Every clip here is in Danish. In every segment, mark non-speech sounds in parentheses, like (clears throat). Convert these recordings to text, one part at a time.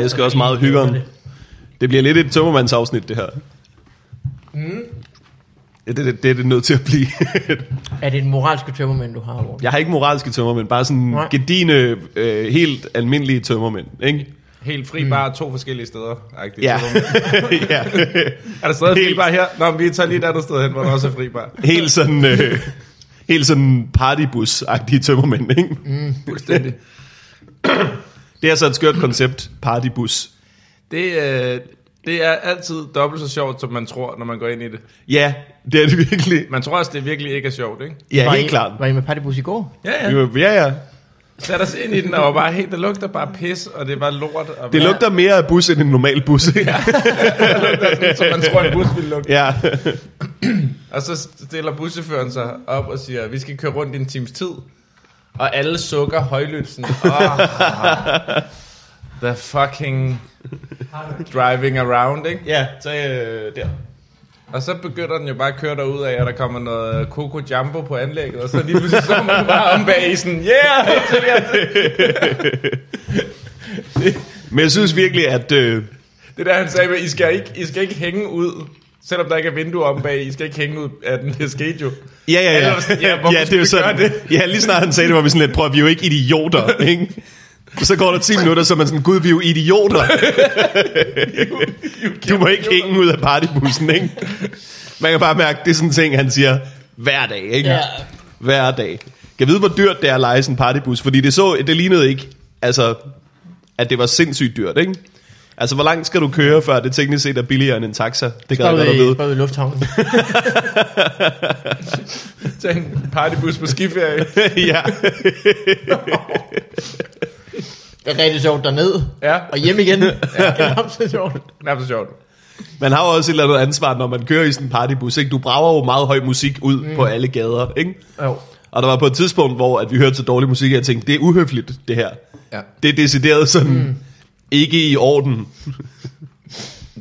jeg skal også meget hygge om. Det bliver lidt et tømmermandsafsnit, det her. Mm. Ja, det, det, det er det nødt til at blive. (laughs) Er det en moralsk tømmermænd, du har over? jeg har ikke moralske tømmermænd, bare sådan Nej. gedine, øh, helt almindelige tømmermænd. Ikke? Helt fri bar to forskellige steder. agtigt. Mm. Ja. (laughs) ja. Er der stadig fri Helt. bar her? Nå, men vi tager lige et andet sted hen, hvor der også er fri (laughs) bar. Helt sådan... Øh, helt sådan partybus-agtige tømmermænd, ikke? Fuldstændig. Det er så et skørt koncept, partybus. Det, øh, det er altid dobbelt så sjovt, som man tror, når man går ind i det. Ja, det er det virkelig. Man tror også, det virkelig ikke er sjovt, ikke? Ja, var helt I, klart. Var I med partybus i går? Ja, ja. Jo, Ja, ja. Sat os ind i den, og var bare helt, der lugter bare pis, og det var lort. Og Det lugter mere af bus end en normal bus. ikke? lugter, som man tror, en bus ville lugte. ja. Og så stiller buschaufføren sig op og siger, vi skal køre rundt i en times tid. Og alle sukker højlydt sådan, (laughs) oh, the fucking driving around, ikke? ja, så øh, der. Og så begynder den jo bare at køre derud af, og der kommer noget Coco Jumbo på anlægget, og så lige pludselig så er man bare om bag i sådan, yeah! Men jeg synes virkelig, at... Øh, Det der, han sagde med, I skal ikke, I skal ikke hænge ud, selvom der ikke er vinduer om bag, I skal ikke hænge ud af den, det skete jo. ja, ja, ja. Ellers- ja, hvorfor det er jo skulle vi sådan, gøre ja, lige snart han sagde det, var vi sådan lidt, prøv, vi er jo ikke idioter, ikke? Så går der (laughs) 10 minutter, så er man sådan, gud, vi er jo idioter. du må ikke hænge ud af partybussen, ikke? Man kan bare mærke, det er sådan en ting, han siger hver dag, ikke? Ja. Hver dag. Kan vide, hvor dyrt det er at lege sådan en partybus? Fordi det, så, det lignede ikke, altså, at det var sindssygt dyrt, ikke? Altså, hvor langt skal du køre, før det teknisk set er billigere end en taxa? Det kan jeg Bare godt at ude, i, vide. (laughs) bare ude i lufthavnen. Tænk, partybus på skiferie. ja. Det er rigtig sjovt derned. Ja, Og hjem (laughs) igen. Ja. Det er absolut sjovt. knap så sjovt. Man har jo også et eller andet ansvar, når man kører i sådan en partybus. Ikke? Du brager jo meget høj musik ud mm. på alle gader. Ikke? Jo. Og der var på et tidspunkt, hvor at vi hørte så dårlig musik, at jeg tænkte, det er uhøfligt, det her. Ja. Det er decideret sådan, mm. ikke i orden.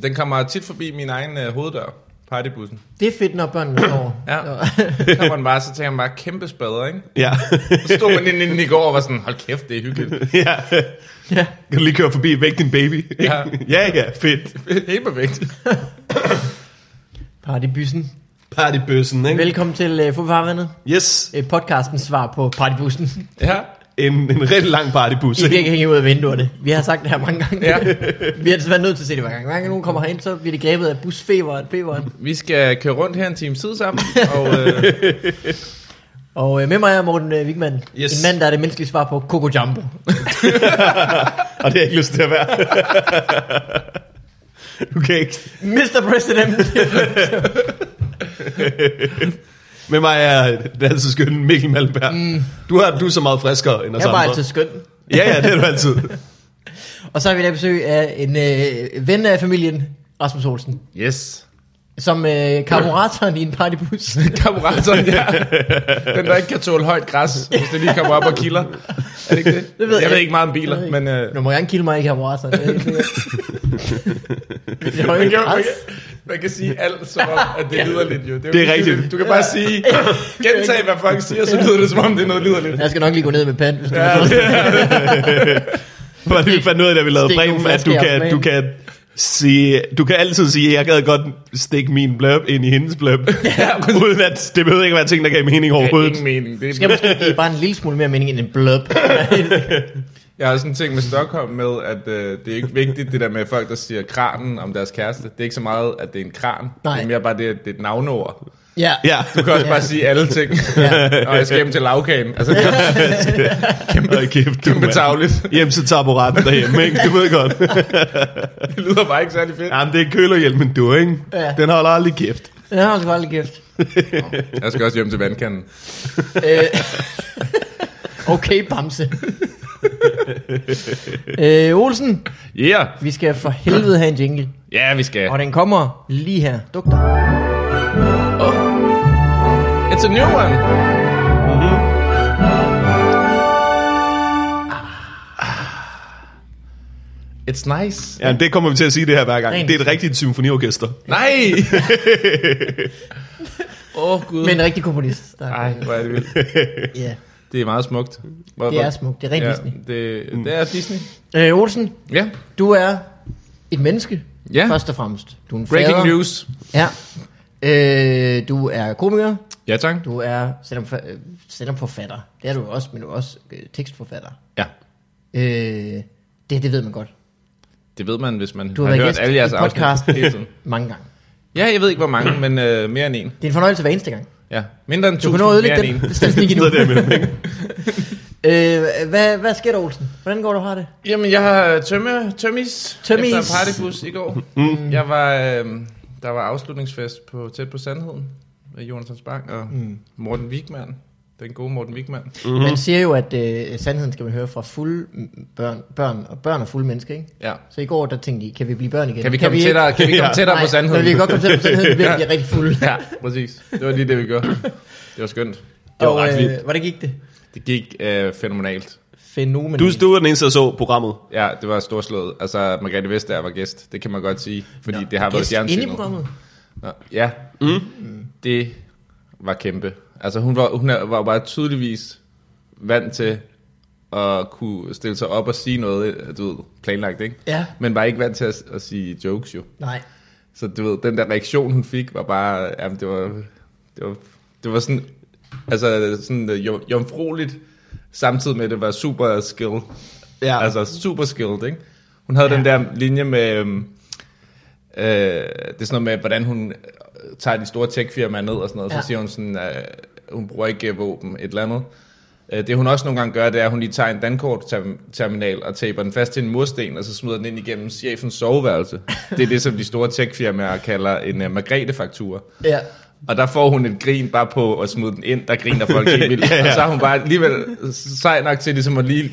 Den kommer tit forbi min egen øh, hoveddør, partybussen. Det er fedt, når børnene sover. Ja. Så kommer den bare, så tænker man bare, kæmpe spader, ikke? Ja. (laughs) Så stod man inde, inde i går og var sådan, hold kæft, det er hyggeligt. ja. (laughs) ja. Kan du lige køre forbi, væk din baby. ikke? Ja. (laughs) ja, ja, fedt. Helt perfekt. Partybussen. Partybøssen, ikke? Velkommen til uh, Farvandet. Yes, Uh, podcastens svar på partybussen. Ja, en, en rigtig lang partybus. I bliver Ikke? ikke hænge ud af vinduerne. Vi har sagt det her mange gange. ja. Vi har desværre nødt til at se det hver gang. Hver gang nogen kommer herind, så bliver det grebet af busfeberen, feberen. Vi skal køre rundt her en time tid sammen, og øh, Og øh, med mig er Morten øh, Wigman. Yes. En mand, der er det menneskelige svar på Coco Jumbo. (laughs) Og det har jeg ikke lyst til at være. (laughs) du kan ikke. Mr. President. Med mig er den altid skønne Mikkel Malmberg. Mm. Du, har, du er så meget friskere end os jeg var andre. altid skøn. Ja, ja, det er du altid. Og så har vi i dag besøg af en øh, ven af familien, Rasmus Olsen. yes. Som øh, karburatoren i en partybus. Karburatoren, ja. (laughs) Den, der ikke kan tåle højt græs, hvis det lige kommer op og kilder. Er det ikke det? Det ved jeg jeg ved ikke. ikke meget om Jeg ved biler, ikke. men... Øh, nu må jeg ikke kilde mig i karburatoren. Det er helt sikkert. Det er jo man, ikke kan, man, græs. kan, man kan sige alt, som om, at det lyder lidt, jo. Det er, jo Det er ligegyldigt. rigtigt. Du kan bare sige, (laughs) gentage, hvad folk siger, så lyder det, som om det er noget lyderligt. Jeg skal nok lige gå ned med pand, hvis du Ja, vil. det er det. Var det vi fandt ud af, da vi lavede Stik nogle brev, at du flasker i kan, du kan sige, du kan altid sige, jeg gad godt stikke min bløb ind i hendes bløb. (laughs) Ja, uden at det behøver ikke være ting, der gav mening overhovedet. Ingen mening. Det Skal er, måske give bare en lille smule mere mening end en blub. jeg har sådan en ting med Stockholm med, at øh, det er ikke vigtigt, det der med folk, der siger kranen om deres kæreste. Det er ikke så meget, at det er en kran. Nej. Det er mere bare, det, at det er et navneord. Ja. Ja, Du kan også Ja. bare sige alle ting. Ja. Og jeg skal hjem til lavkagen. Altså, det er Hold kæft, du, kæmpe mand. tavligt. (laughs) Hjem til taburetten derhjemme, ikke? Du ved godt. Det lyder bare ikke særlig fedt. Jamen, det er kølerhjelmen, du, ikke? Ja. Den holder aldrig kæft. Den har også bare lidt kæft. Jeg skal også hjem til vandkanden. Øh, (laughs) okay, Bamse. øh, Olsen, Ja, yeah. vi skal for helvede have en jingle. ja, vi skal. Og den kommer lige her. Duk dig. It's a new one. Ah. It's nice. Ja, det kommer vi til at sige det her hver gang. Rent. Det er et rigtigt symfoniorkester. Nej! (laughs) Åh, oh, Gud. Med en rigtig komponist. Der, Ej, hvor er det vildt. ja. Det Det er meget smukt. Hvor, Det er smukt. Det er rent ja, Disney. Mm. Det, det er Disney. Øh, Olsen, Ja. du er et menneske, Ja. først og fremmest. Du er en Breaking fader. news. Ja. Øh, du er komiker, Ja, tak. du er selvom, øh, selvom forfatter. Det er du også, men du er også øh, tekstforfatter. Ja. Øh, det, det ved man godt. Det ved man, hvis man Du har, har været hørt gæst alle jeres i podcasten afsnit. hele tiden. mange gange. Ja, jeg ved ikke, hvor mange, men øh, mere end en. Det er en fornøjelse hver eneste gang. Ja. Mindre end Du tusind, kan nå at mere ødelægge end en. den (laughs) statistik endnu. (laughs) Så det er mellem, ikke? øh, hvad, hvad sker der, Olsen? Hvordan går du har det? Jamen, jeg har øh, tømme, tømmis, Tømmis. efter en partybus i går. Mm. Jeg var, øh, der var afslutningsfest på Tæt på Sandheden med Jonas Bang og mm. Morten Wigman. Den gode Morten Wigman. Mm-hmm. Man siger jo, at øh, sandheden skal man høre fra fulde mm, børn, børn, og børn og fulde mennesker, ikke? Ja. Så i går, der tænkte de, kan vi blive børn igen? Kan vi komme tættere, kan vi komme Ja. tættere på Nej, sandheden? men vi kan godt komme tættere på sandheden, så (laughs) bliver vi rigtig fulde. Ja, præcis. Det var lige det, vi gjorde. Det var skønt. var og, øh, ret vildt. hvordan gik det? Det gik øh, fænomenalt. Fænomen. Du, du var den eneste, der så programmet. Ja, det var storslået. Altså, Margrethe Vestager var gæst. Det kan man godt sige, fordi Nå, det har været Gæst fjernsynet. inde i programmet. Nå, Ja, mm. det var kæmpe. Altså hun var, hun er- var bare tydeligvis vant til at kunne stille sig op og sige noget, du ved, planlagt, ikke? Ja. Men var ikke vant til at, at sige jokes jo. Nej. Så du ved, den der reaktion hun fik var bare, jamen det var, det var, det var sådan, altså sådan øh, jom- jomfrueligt, samtidig med at det var super skill. Ja. Altså super skilled, ikke? Hun havde ja. den der linje med, øhm, øh, det er sådan noget med, hvordan hun øh, tager de store techfirmaer ned og sådan noget, ja. Ja. så siger hun sådan, øh, hun bruger ikke øh, våben, et eller andet. Øh, Det hun også nogle gange gør, det er, at hun lige tager en dankortterminal og taper den fast til en mursten, og så smider den ind igennem chefens (laughs) soveværelse. Det er det, som de store techfirmaer kalder en uh, Margrethe-faktur. Ja. Og der får hun et grin bare på at smide den ind, der griner folk helt (laughs) vildt. ja, ja. Og så er hun bare alligevel sej nok til ligesom at lige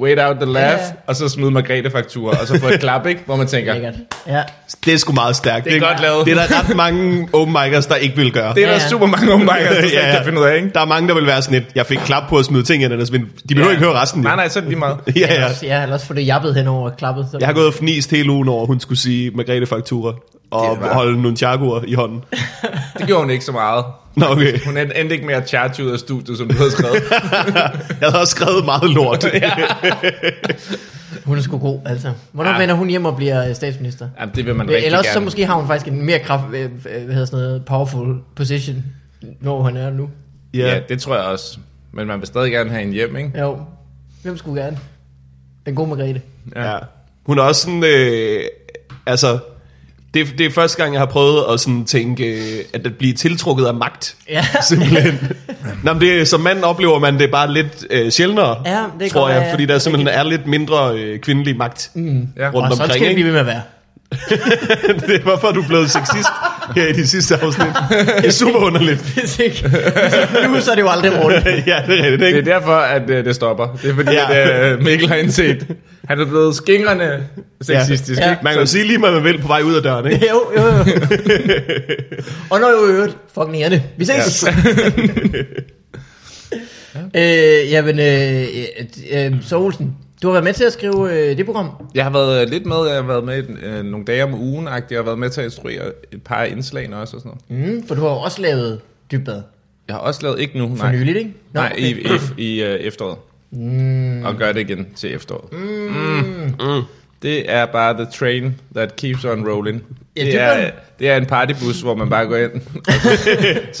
wait out the laugh, Ja. ja. og så smide Margrethe-faktur, og så få et klap, ikke? Hvor man tænker, Lækkert. Ja. Det er sgu meget stærkt. Det er ikke? godt lavet. Det er der ret mange open micers, der ikke vil gøre. det er der Ja, ja. super mange unge der (laughs) slet Ja, ikke ja. kan finde ud af, ikke? Der er mange, der vil være sådan et, jeg fik klap på at smide ting ind, men de behøver ikke høre resten. jo. Nej, nej, så er det lige meget. (laughs) Ja, ja. Altså, Ja, eller også få det jappet henover og klappet. Så. Jeg har gået og fnist hele ugen over, at hun skulle sige Margrethe Faktura og Det var- holde nogle chagoer i hånden. Det gjorde hun ikke så meget. Nå, okay. (laughs) Hun endte endte ikke med at charge ud af studiet, som du havde skrevet. Jeg havde også skrevet meget (laughs) lort. Hun er sgu god, altså. Hvornår Ja. ja. vender hun hjem og bliver øh, statsminister? Jamen, det vil man rigtig Rigtig Ellers gerne. så måske har hun faktisk en mere kraft, øh, øh, hvad hedder sådan noget, powerful position, når hun er nu. Ja. Ja, det tror jeg også. Men man vil stadig gerne have en hjem, ikke? Jo, hvem skulle gerne? Den gode Margrethe. ja. Hun er også sådan, øh, altså, det, det er første gang, jeg har prøvet at sådan tænke, øh, at at blive tiltrukket af magt. Ja. (laughs) Simpelthen. Nå, men det, som mand oplever man det bare lidt øh, sjældnere, Ja, det kan tror godt jeg, være, fordi ja. der simpelthen er lidt mindre øh, kvindelig magt mm. Ja. rundt Og sådan omkring. skal det ikke? (laughs) blive ved med at være. det er, hvorfor er du blevet sexist her i de sidste afsnit. Det er super (laughs) underligt. Hvis ikke, hvis ikke nu, så er det jo aldrig rundt. ja, det er rigtigt, Det er ikke? derfor, at øh, det stopper. Det er fordi, Ja. ja. at øh, Mikkel har indset, han er blevet skingrende sexistisk. Ja. Ja. Ja. Ja. Man kan jo sige lige, hvad man vil på vej ud af døren, ikke? Jo, jo, jo. Og når jo i øvrigt, fucking hjerne. Vi ses. Ja. (laughs) øh, jamen, øh, øh, øh, så Olsen, du har været med til at skrive øh, det program. Jeg har været øh, lidt med, jeg har været med øh, nogle dage om ugen, jeg har været med til at instruere et par af indslagene også og sådan noget. Mm, for du har jo også lavet dybbad Jeg har også lavet ikke nu, for nej, nyligt, ikke? nej i, i, i øh, efteråret. Mm. Og gør det igen til efteråret. Mm. Mm. Det er bare the train that keeps on rolling. Ja, det, det er, var- det er en partybus, hvor man bare går ind, og så,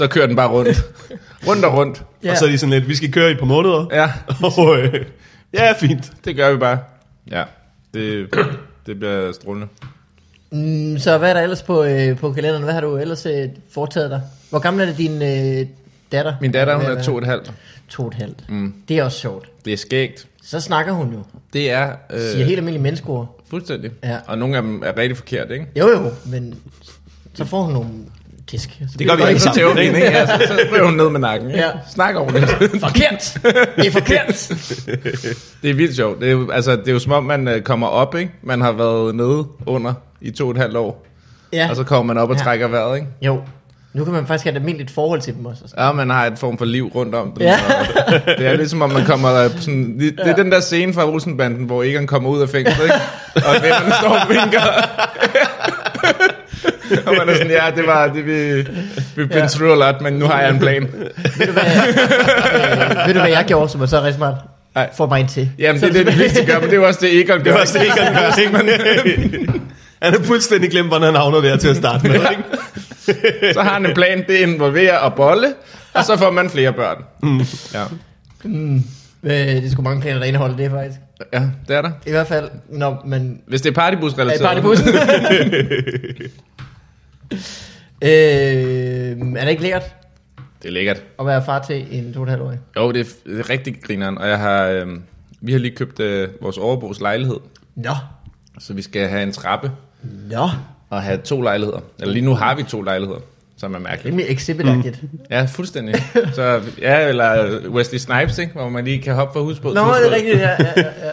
(laughs) så kører den bare rundt. Rundt og rundt. Ja. Og så er de sådan lidt, vi skal køre i et par måneder. Ja. (laughs) Og, øh, ja, fint. Det gør vi bare. Ja, det, det bliver strålende. Mm, så hvad er der ellers på, øh, på kalenderen? Hvad har du ellers øh, foretaget dig? Hvor gammel er det, din øh, datter? Min datter, hun Hvad er to og et halvt. To og et halvt. Mm. Det er også sjovt. Det er skægt. Så snakker hun jo. Det er Siger øh. øh, helt almindelige menneskeord. fuldstændig. Ja. Og nogle af dem er rigtig forkerte, ikke? Jo jo, men så får hun nogle tisk. Så Det gør vi alle bliver godt. sammen. tæver vi hende, ikke? (laughs) Ja, så, så ryger hun ned med nakken. ikke? Ja. Snak ordentligt. Forkert! Det er forkert! Det er vildt sjovt. Det er, jo- altså, det er jo som om, man øh, kommer op, ikke? Man har været nede under i to og et halvt år. ja. Og så kommer man op og Ja. trækker vejret, ikke? Jo. Nu kan man faktisk have et almindeligt forhold til dem også. Altså, Ja, man har et form for liv rundt om dem. Ja. og Det er ligesom, om man kommer øh, sådan... Det, det er den der scene fra Olsenbanden, hvor Egon kommer ud af fængslet, ikke? Og vennerne står og vinker. (laughs) og man er sådan, ja, det var, det, vi, we've been through a lot, men nu har jeg en plan. ved, du, hvad jeg, øh, ved du, hvad jeg gjorde, som er så rigtig smart? Nej. Får mig en til. Jamen, det er (laughs) det, det vigtigste gør, men det er jo også det, Egon gør. Det var også det, ikke han gør, ikke? Man, (laughs) han er fuldstændig glemt, hvordan han havner der til at starte med, ikke? Så har han en plan, det involverer at bolle, og så får man flere børn. Mm. Ja. Øh, det er sgu mange planer, der indeholder det, faktisk. ja, det er der. I hvert fald, når man Hvis det er partybus-relateret. Er det bussen? (laughs) øh, er det ikke lækkert Det er lækkert. at være far til en 2,5-årig? Jo, det er, f- det er rigtig grineren, og jeg har, øh, vi har lige købt øh, vores overbos lejlighed, Nå, så vi skal have en trappe nå. og have to lejligheder. Eller lige nu har vi to lejligheder, som er mærkeligt. Rimelig exhibit-agtigt. Mm. Ja, (laughs) fuldstændig. Så, ja, eller Wesley Snipes, ikke? hvor man lige kan hoppe fra husbåd Nå, til det er husbåd. rigtigt, ja. ja, ja, ja.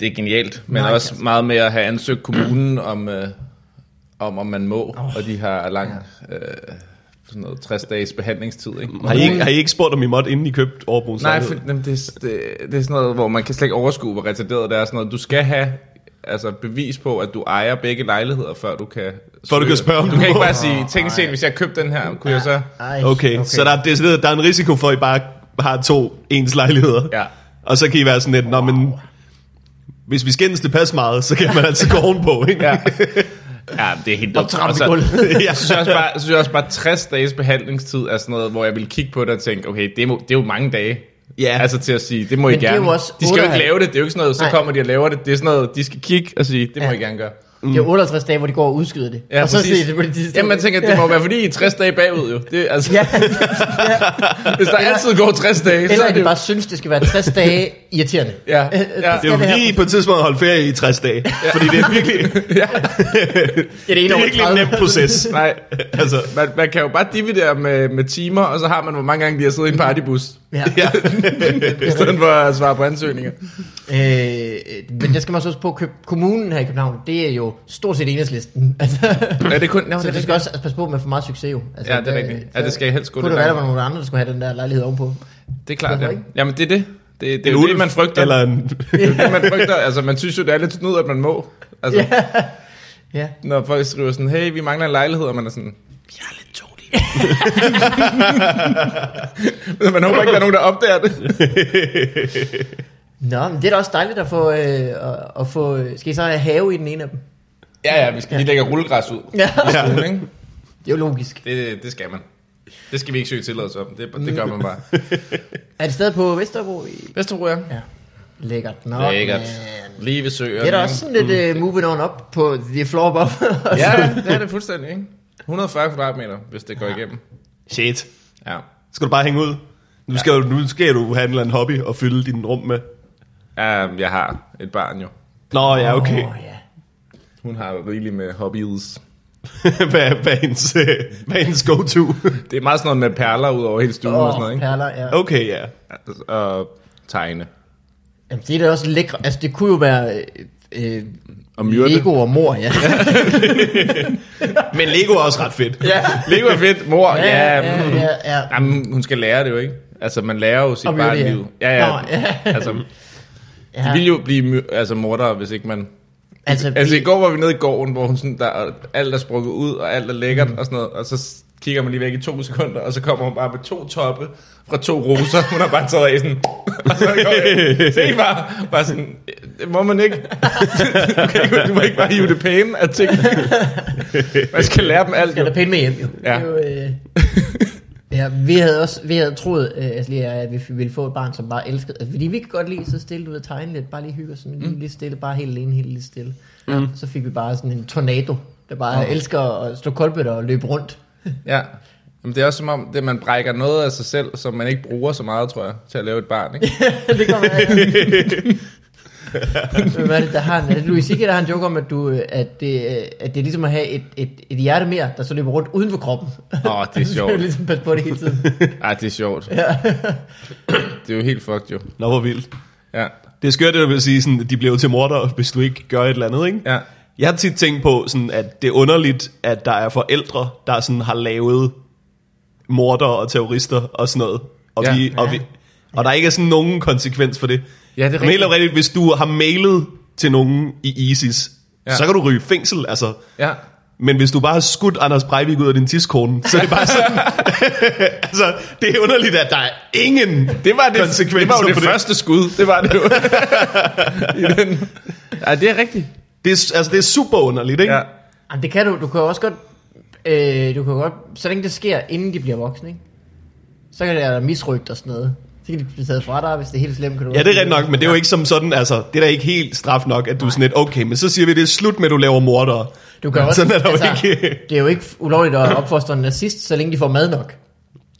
Det er genialt, men Nej, altså. Nej, også meget med at have ansøgt kommunen om, øh, om, om man må, oh, og de har lang, øh, sådan noget 60 dages behandlingstid. Ikke? Har I, ikke- har I ikke spurgt, om I måtte, inden I købte Aarhus? Nej, for, jamen, det, er- det, det er sådan noget, hvor man kan slet ikke overskue, hvor retarderet det er. Sådan noget. Du skal have altså, bevis på, at du ejer begge lejligheder, før du kan... Før du kan søge. spørge, om Du du kan ikke må. bare sige, tænk set, hvis jeg købte den her, kunne jeg så... Ej, Okay, okay, så der er, decideret- der er en risiko for, at I bare har to ens lejligheder. Ja. Og så kan I være sådan lidt, Nå, men hvis vi skændes det pas meget, så kan man (laughs) altså gå ovenpå, ikke? (laughs) Ja. (laughs) ja, det er helt dumt. trampe i Og så- gulvet. ja. Så synes jeg også bare, så synes jeg også bare 60 dages behandlingstid er sådan noget, hvor jeg vil kigge på det og tænke, okay, det er, jo- det er jo mange dage. Ja. Altså til at sige, det må I Men det er gerne. jo også de skal jo ikke 58. lave det, det er jo ikke sådan noget, så Nej. kommer de og laver det. Det er sådan noget, de skal kigge og sige, det må Ja. I gerne gøre. Det er 58 dage, hvor de går og udskyder det. og så Mm. præcis. siger de på det sidste. Jamen, man tænker, det må være, fordi I er 60 dage bagud jo. Det, er altså, (laughs) Ja, ja. Hvis der altid går 60 dage, så Eller er at de det jo... bare synes, det skal være 60 dage irriterende. (laughs) Ja, Øh, øh, ja. der Det skal er jo være- fordi, I på et tidspunkt har holdt ferie i 60 dage. Ja. Fordi det er virkelig, Ja, det er det en er over virkelig en 30. nem proces. (laughs) Nej, Altså, man, man kan jo bare dividere med, med timer, og så har man, hvor mange gange de har siddet i en partybus, Ja. ja. (laughs) i stedet for at svare på ansøgninger. Øh, men der skal man så også på, at køb- kommunen her i København, det er jo stort set enhedslisten. (laughs) Altså, Ja, det er kun... Nå, Så det du er skal rigtigt. også altså, passe på med for meget succes jo. Altså, Ja, det er der- rigtigt. Ja, det skal helst gå Kunne lidt det være, der langt. var nogle andre, der skulle have den der lejlighed ovenpå? Det er klart, Hvorfor ja. ikke? Jamen, det er det. Det, det er En jo det, ulv man frygter. Eller (laughs) en, Det er jo det, man frygter. Altså, man synes jo, det er lidt snyd, at man må. Altså, Ja. ja. når folk skriver sådan, hey, vi mangler en lejlighed, og man er sådan, (laughs) jeg er lidt tålig. Men man håber ikke, der er nogen, der opdager (laughs) det. Nå, men det er da også dejligt at få, øh, at, at få... øh, Skal I så have have i den ene af dem? Ja, ja, vi skal lige lægge rullegræs ud. Ja. Ja. Skolen, ikke? Det er jo logisk. Det, det skal man. Det skal vi ikke søge tilladelse om. Det, det gør man bare. Er det stadig på Vesterbro? I- Vesterbro, ja. Ja. Lækkert. Nå, Lækkert. Man. Lige ved søerne. Det er da ikke? også sådan lidt øh, moving on op på the floor above. (laughs) Ja, ja, det er det fuldstændig, ikke? 140 kvadratmeter, hvis det går igennem. shit. Ja. Skal du bare hænge ud? Nu skal, du, nu skal du handle en hobby og fylde din rum med. Um, jeg har et barn jo. Nå ja, okay. Åh, ja. Hun har rigeligt med hobbies. (laughs) hvad, hvad, er hendes, øh, hvad er hendes (laughs) go-to? Det er meget sådan noget med perler ud over hele stuen oh, og Åh, sådan noget, oh, ikke? perler, ja. Okay, ja. Altså, Og tegne. Jamen, det er da også lækre. Altså, det kunne jo være... øh, Øh, Og myrde. Lego og mor, (laughs) ja. Men Lego er også ret fedt. ja. Lego er fedt, mor. Ja, ja, mm. ja, ja, ja. Jamen, hun skal lære det jo, ikke? Altså, man lærer jo sit Om myrde, barn ja. liv. Ja, ja. Nå, ja. Altså, de ja. vil jo blive my- altså, mordere, hvis ikke man... Altså, Altså, vi- i går var vi nede i gården, hvor hun sådan, der, er- alt er sprukket ud, og alt er lækkert, mm. og sådan noget, og så s- kigger man lige væk i to sekunder, og så kommer hun bare med to toppe fra to roser. Hun har bare taget af sådan, og så går jeg, se bare, bare sådan, "Øh, det må man ikke. (laughs) Du, kan ikke, du må ikke bare hive det pæne af ting. Man skal lære dem alt, skal jo. da pænt med hjem, jo. Ja. Det er jo øh, ja, vi havde også vi havde troet, øh, altså lige, at vi ville få et barn, som bare elskede. Altså, fordi vi kan godt lide så stille ud og tegne lidt, bare lige hygge os sådan, mm. lige stille, bare helt alene, helt lige stille. Mm. Så fik vi bare sådan en tornado, der bare oh. elsker at stå koldbøtter og løbe rundt. Ja. Jamen, det er også som om, det, man brækker noget af sig selv, som man ikke bruger så meget, tror jeg, til at lave et (laughs) barn, ikke? (laughs) det kommer af. Hvad er det, der har en, er det Louis C.K., der har en joke om, at, du, øh, at, det, øh, at det er ligesom at have et, et, et hjerte mere, der så løber rundt uden for kroppen. Åh, det (laughs) er Så skal du sjovt. ligesom passe på det hele tiden. Ej, det er sjovt. Ja. Det er jo helt fucked, jo. Nå, hvor vildt. Ja, Det er skørt, at du vil sige, sådan, at de bliver jo til morder, hvis du ikke gør et eller andet, ikke? ja. Jeg har tit tænkt på, sådan, at det er underligt, at der er forældre, der sådan har lavet morder og terrorister og sådan noget. Og, Ja. ja. vi, og, vi, og der ikke er sådan nogen konsekvens for det. Ja, det er Men helt rigtigt. oprigtigt, hvis du har mailet til nogen i ISIS, Ja. ja. så kan du ryge i fængsel. Altså, Ja. Men hvis du bare har skudt Anders Breivik ud af din tidskone, så er det bare sådan... (laughs) altså, det er underligt, at der er ingen Det var det, konsekvenser det, var jo det, på det. første skud. Det var det jo. I den. Ja, det er rigtigt. (laughs) Det er, altså, det er super underligt, ikke? Ja. Ja. Jamen, det kan du. Du kan jo også godt... Øh, du kan jo godt... Så længe det sker, inden de bliver voksne, ikke? Så kan det være misrygt og sådan noget. Så kan de blive taget fra dig, hvis det er helt slemt. Kan du Ja, det er rigtigt nok, men det er jo ikke som sådan, altså, det er da ikke helt straf nok, at du er sådan lidt, okay, men så siger vi, det er slut med, at du laver mordere. (laughs) Du kan også, sådan er der altså, ikke. det er jo ikke ulovligt at opfostre en nazist, så længe de får mad nok.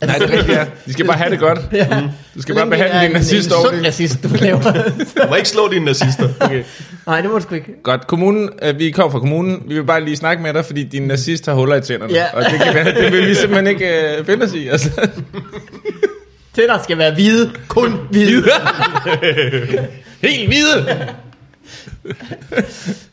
Altså, Nej, det er rigtigt, (laughs) ja. De skal bare have det godt. Ja. Du skal bare behandle din nazist over. over sund nazist, du (laughs) laver. Du må ikke slå dine nazister. Okay. Nej, det må du sgu ikke. Godt, kommunen, øh, vi kommer fra kommunen. Vi vil bare lige snakke med dig, fordi din nazist har huller i tænderne. Ja. Og det, kan være, det vil vi simpelthen ikke øh, finde os i. Altså. Tænder skal være hvide. Kun hvide. Helt hvide!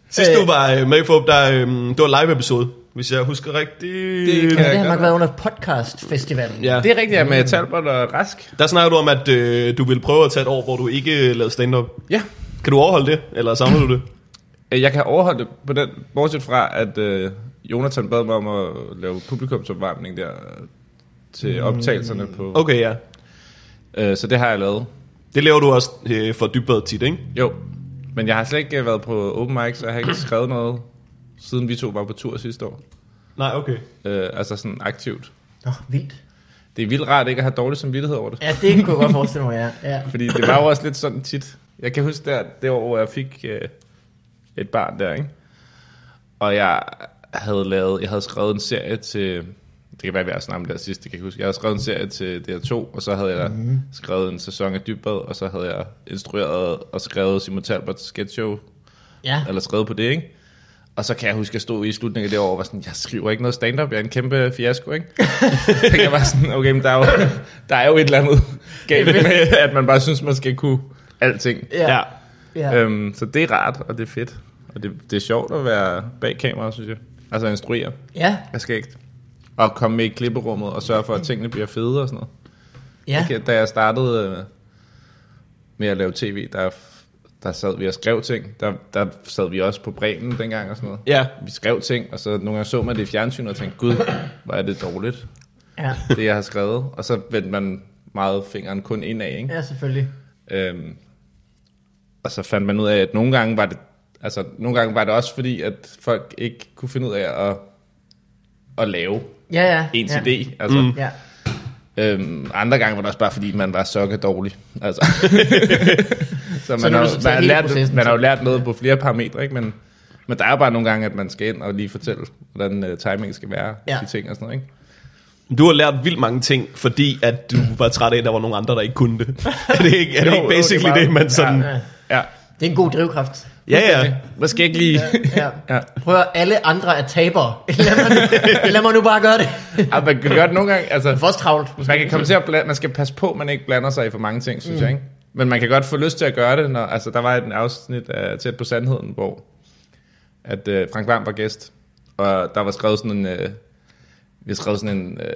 Sidst Øh. du var øh, med i Fup, der, øh, det var en live-episode, hvis jeg husker rigtigt. Det kan- Ja, det har godt. nok været under podcastfestivalen. Ja. Det er rigtigt, ja, med Talbot og Rask. Der snakker du om, at øh, du ville prøve at tage et år, hvor du ikke øh, lavede stand-up. Ja, Kan du overholde det, eller savner du det? Øh, Jeg kan overholde det på den, bortset fra, at øh, Jonathan bad mig om at lave publikumsopvarmning der øh, til optagelserne på. Okay, ja. Øh, så det har jeg lavet. Det laver du også øh, for dybbad tit, ikke? Jo, men jeg har slet ikke øh, været på open mic, så jeg har ikke (clears throat) skrevet noget, siden vi to var på tur sidste år. Nej, okay. Øh, altså sådan aktivt. Nå, vildt. Det er vildt rart ikke at have dårlig samvittighed over det. Ja, det kunne jeg godt forestille mig, ja. ja. Fordi det var jo også lidt sådan tit. Jeg kan huske der, det år, hvor jeg fik øh, et barn der, ikke? Og jeg havde, lavet, jeg havde skrevet en serie til... Det kan være, vi har snakket om det her sidst, det kan jeg ikke huske. Jeg havde skrevet en serie til DR2, og så havde jeg mm. skrevet en sæson af Dybbad, og så havde jeg instrueret og skrevet Simon Talberts sketch show, ja. eller skrevet på det, ikke? Og så kan jeg huske, at jeg stod i slutningen af det år og var sådan, jeg skriver ikke noget stand-up, jeg er en kæmpe (laughs) fiasko, ikke? så jeg var sådan, okay, men der er jo, der er jo et eller andet galt med, at man bare synes, man skal kunne alting. Ja. ja. Øhm, så det er rart, og det er fedt. Og det, det er sjovt at være bag kamera, synes jeg. Altså instruere. Ja, Jeg skal ikke. Og komme med i klipperummet og sørge for, at tingene bliver fede og sådan noget. ja. Ja. Da jeg startede øh, med at lave tv, der, der sad vi og skrev ting. Der, der sad vi også på bremen dengang og sådan noget. Ja. Vi skrev ting, og så nogle gange så man det i fjernsynet og tænkte, gud, hvor er det dårligt, Ja, det jeg har skrevet. Og så vendte man meget fingeren kun indad, ikke? ja selvfølgelig. Ja. Øhm, og så fandt man ud af, at nogle gange var det, altså, nogle gange var det også fordi, at folk ikke kunne finde ud af at, at lave Ja, ja. ens ja. ja. idé. Altså, mm. Ja. Øhm, andre gange var det også bare fordi, man var sokket dårlig. (laughs) Altså. så man, nu er har, du jo- så taget man, har hele lært, processen, man har jo så. lært noget på flere parametre, ikke? Men, men der er bare nogle gange, at man skal ind og lige fortælle, hvordan uh, timing skal være, ja. Ja. de ting og sådan noget. Ikke? Du har lært vildt mange ting, fordi at du var træt af, at der var nogle andre, der ikke kunne det. (laughs) Er det ikke, er det ikke Jo, jo, det er basically bare- det, man sådan... Ja. Ja, Det er en god drivkraft. Ja, ja. det. Måske ikke lige... Ja. Ja. Prøv at alle andre er tabere. (laughs) Lad mig, lad mig nu bare gøre det. ja. man kan gøre det nogle gange. Det er Altså, for også travlt. man, kan komme til at blande, man skal passe på, at man ikke blander sig i for mange ting, synes mm. jeg. Ikke? Men man kan godt få lyst til at gøre det. Når, altså, der var et afsnit af Tæt på Sandheden, hvor at øh, Frank Vam var gæst, og der var skrevet sådan en, øh, vi har skrevet sådan en, øh,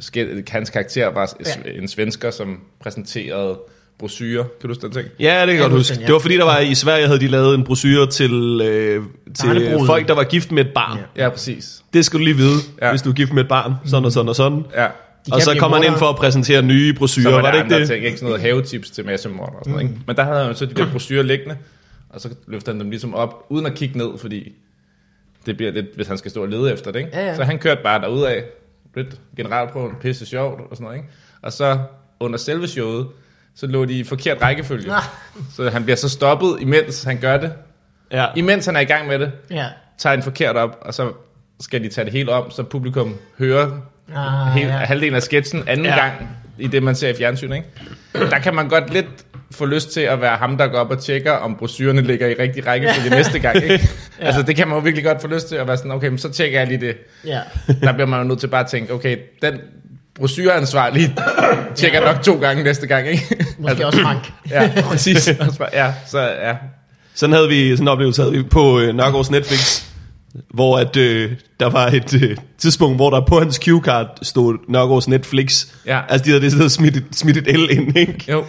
ske, hans karakter var ja. Ja. en svensker, som præsenterede brosyrer. Kan du huske den ting? Ja, det kan jeg godt huske. fuldstændig, ja. Det var fordi, der var i Sverige, havde de lavet en brochure til, øh, til Barnebruden. folk, der var gift med et barn. Ja. Ja, præcis. Det skal du lige vide, ja. Ja. hvis du er gift med et barn. Sådan og sådan og sådan. Ja. Og så blive kommer han ind mordere. for at præsentere nye Så brochurer, var, var, der det andre ikke det? Mm. ting, ikke sådan noget havetips til massemorder og sådan noget, ikke? Men der havde han jo så de der brosyrer liggende, og så løfter han dem ligesom op, uden at kigge ned, fordi det bliver lidt, hvis han skal stå og lede efter det, ikke? Ja, ja. Så han kørte bare derud af, lidt generalprøven, pisse sjovt og sådan noget, ikke? Og så under selve showet, så lå de i forkert rækkefølge. Ah. Så han bliver så stoppet, imens han gør det. Ja. Imens han er i gang med det, Ja. tager en forkert op, og så skal de tage det hele om, så publikum hører Ah, hele, ja. ja. halvdelen af sketchen anden Ja. ja. gang i det, man ser i fjernsyn, ikke? Der kan man godt lidt få lyst til at være ham, der går op og tjekker, om brosurerne ligger i rigtig række (laughs) til det næste gang, ikke? ja. Altså, det kan man jo virkelig godt få lyst til at være sådan, okay, men så tjekker jeg lige det. ja. Der bliver man jo nødt til bare at tænke, okay, den (coughs) brosureansvarlige tjekker nok to gange næste gang, ikke? Altså, Måske også Frank. (laughs) Ja, præcis. Også bare- Ja, så ja. Sådan havde vi sådan en oplevelse havde vi på øh, Nørgaards Netflix, hvor at, øh, der var et øh, tidspunkt, hvor der på hans Q-card stod Nørgaards Netflix. Ja. Altså de havde det sådan smidt, et- smidt et L ind, ikke? Jo.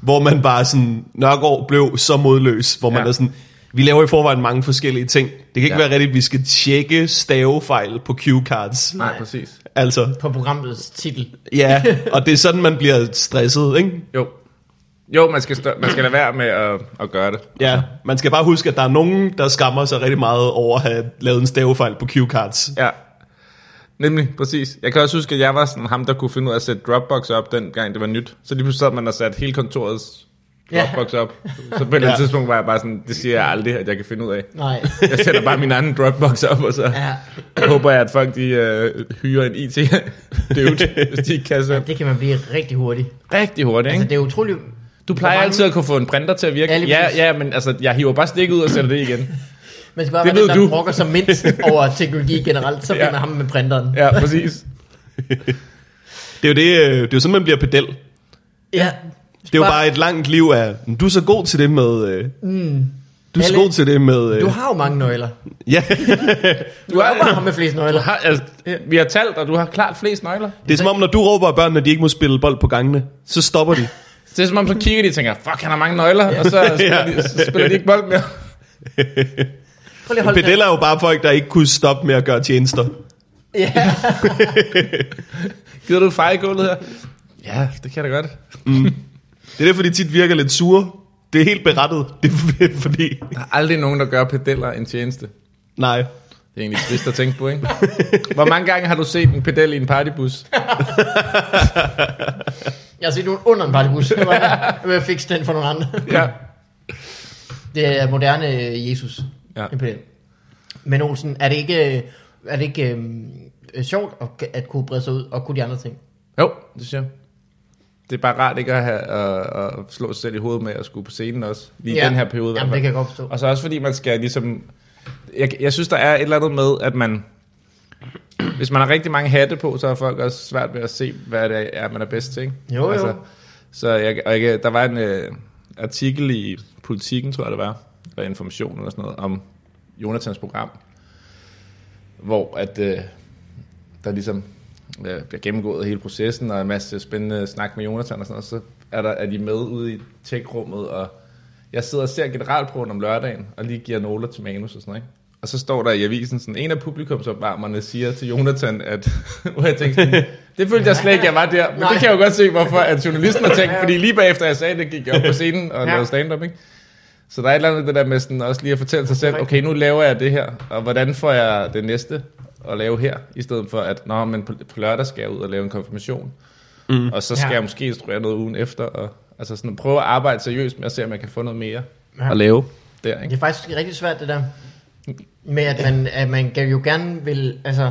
Hvor man bare sådan, Nørgaard blev så modløs, hvor man Ja. er sådan, Vi laver i forvejen mange forskellige ting. Det kan ikke ja. Ja. være rigtigt, at vi skal tjekke stavefejl på cue cards. Nej, præcis. Altså, På programmets titel. (laughs) ja, og det er sådan, man bliver stresset, ikke? Jo. Jo, man skal, stå, man skal lade være med at, at gøre det. Ja, man skal bare huske, at der er nogen, der skammer sig rigtig meget over at have lavet en stavefejl på cue cards. Ja. Nemlig, præcis. Jeg kan også huske, at jeg var sådan ham, der kunne finde ud af at sætte Dropbox op, dengang det var nyt. Så lige pludselig sad man og satte hele kontorets Ja. Dropbox op. Så på et eller Ja. andet tidspunkt var jeg bare sådan, det siger jeg aldrig, at jeg kan finde ud af. Nej. Jeg sætter bare min anden Dropbox op, og så Ja. håber jeg, at folk de, øh, hyrer en (laughs) IT. dude, hvis de ikke kan sætte. Det kan man blive rigtig hurtigt. Rigtig hurtigt, Altså, ikke? det er utroligt. Du plejer hvor mange- altid at kunne få en printer til at virke. Ja, lige Ja, præcis. ja, men altså, jeg hiver bare stik ud og sætter det igen. (laughs) Man skal bare Det være den, der ved du. brokker sig (laughs) mindst over teknologi generelt, så bliver Ja. man ham med printeren. Ja, præcis. Det er jo det, øh, det er jo sådan, man bliver pedel. Det ja. er jo Bare- bare et langt liv af, "Men du er så god til det med... Øh, du er så Mm. Alle- god til det med... Øh, Du har jo mange nøgler. ja, Du er jo bare ham med flest nøgler. Har, altså, vi har talt, og du har klart flest nøgler. det er som om, når du råber af børnene, at de ikke må spille bold på gangene, så stopper de. Så det er som om, så kigger de og tænker, fuck, han har mange nøgler, og så spiller, de, så spiller de ikke bold mere. Prøv lige at holde den. Pedeller er jo bare folk, der ikke kunne stoppe med at gøre tjenester. Ja. Gider du feje i gulvet her? Ja, det kan jeg da godt. Det er derfor, de tit virker lidt sure. Det er helt berettet. (laughs) Det er fordi... Der er aldrig nogen, der gør pedeller en tjeneste. Nej. (laughs) Det er egentlig trist at tænke på, ikke? Hvor mange gange har du set en pedel i en partybus? Jeg har set nogen under en partybus. Jeg var jeg var fikse den for nogle andre. Ja. Det er moderne øh, Jesus. Ja. En pedel. Men Olsen, er det ikke, øh, er det ikke øhm, øh, sjovt at, at kunne brede sig ud og kunne de andre ting? Jo, det synes jeg. Det er bare rart ikke at, have, at, at slå sig selv i hovedet med at skulle på scenen også. Lige i Ja. den her periode. i hvert Jamen, det fald. kan jeg godt forstå. Og så også fordi man skal ligesom... Jeg, jeg synes, der er et eller andet med, at man... Hvis man har rigtig mange hatte på, så har folk også svært ved at se, hvad det er, man er bedst til. Ikke? Altså, Jo, jo. så jeg, og jeg, der var en øh, artikel i Politiken, tror jeg det var, eller Information eller sådan noget, om Jonathans program, hvor at, øh, der ligesom øh, bliver gennemgået hele processen, og en masse spændende snak med Jonathan og sådan noget, så er, der, er de med ude i tech-rummet, og jeg sidder og ser generalprøven om lørdagen, og lige giver noter til manus og sådan noget, ikke? Og så står der i avisen sådan, en af publikumsopvarmerne siger til Jonathan, at... (laughs) hvor jeg tænkte sådan, det følte jeg slet ikke, jeg var der. Men Nej. det kan jeg jo godt se, hvorfor at journalisten har tænkt, fordi lige bagefter jeg sagde det, gik jeg op på scenen og lavede stand-up, ikke? Så der er et eller andet med det der med sådan, også lige at fortælle sig selv, okay, nu laver jeg det her, og hvordan får jeg det næste at lave her, i stedet for at, nå, men på på lørdag skal jeg ud og lave en konfirmation, mm. og så skal Ja. ja. jeg måske instruere noget ugen efter, og altså sådan, prøve at arbejde seriøst med at se, om jeg kan få noget mere Ja. ja. at lave der, ikke? Det er faktisk rigtig svært det der med at man, at man kan jo gerne vil, altså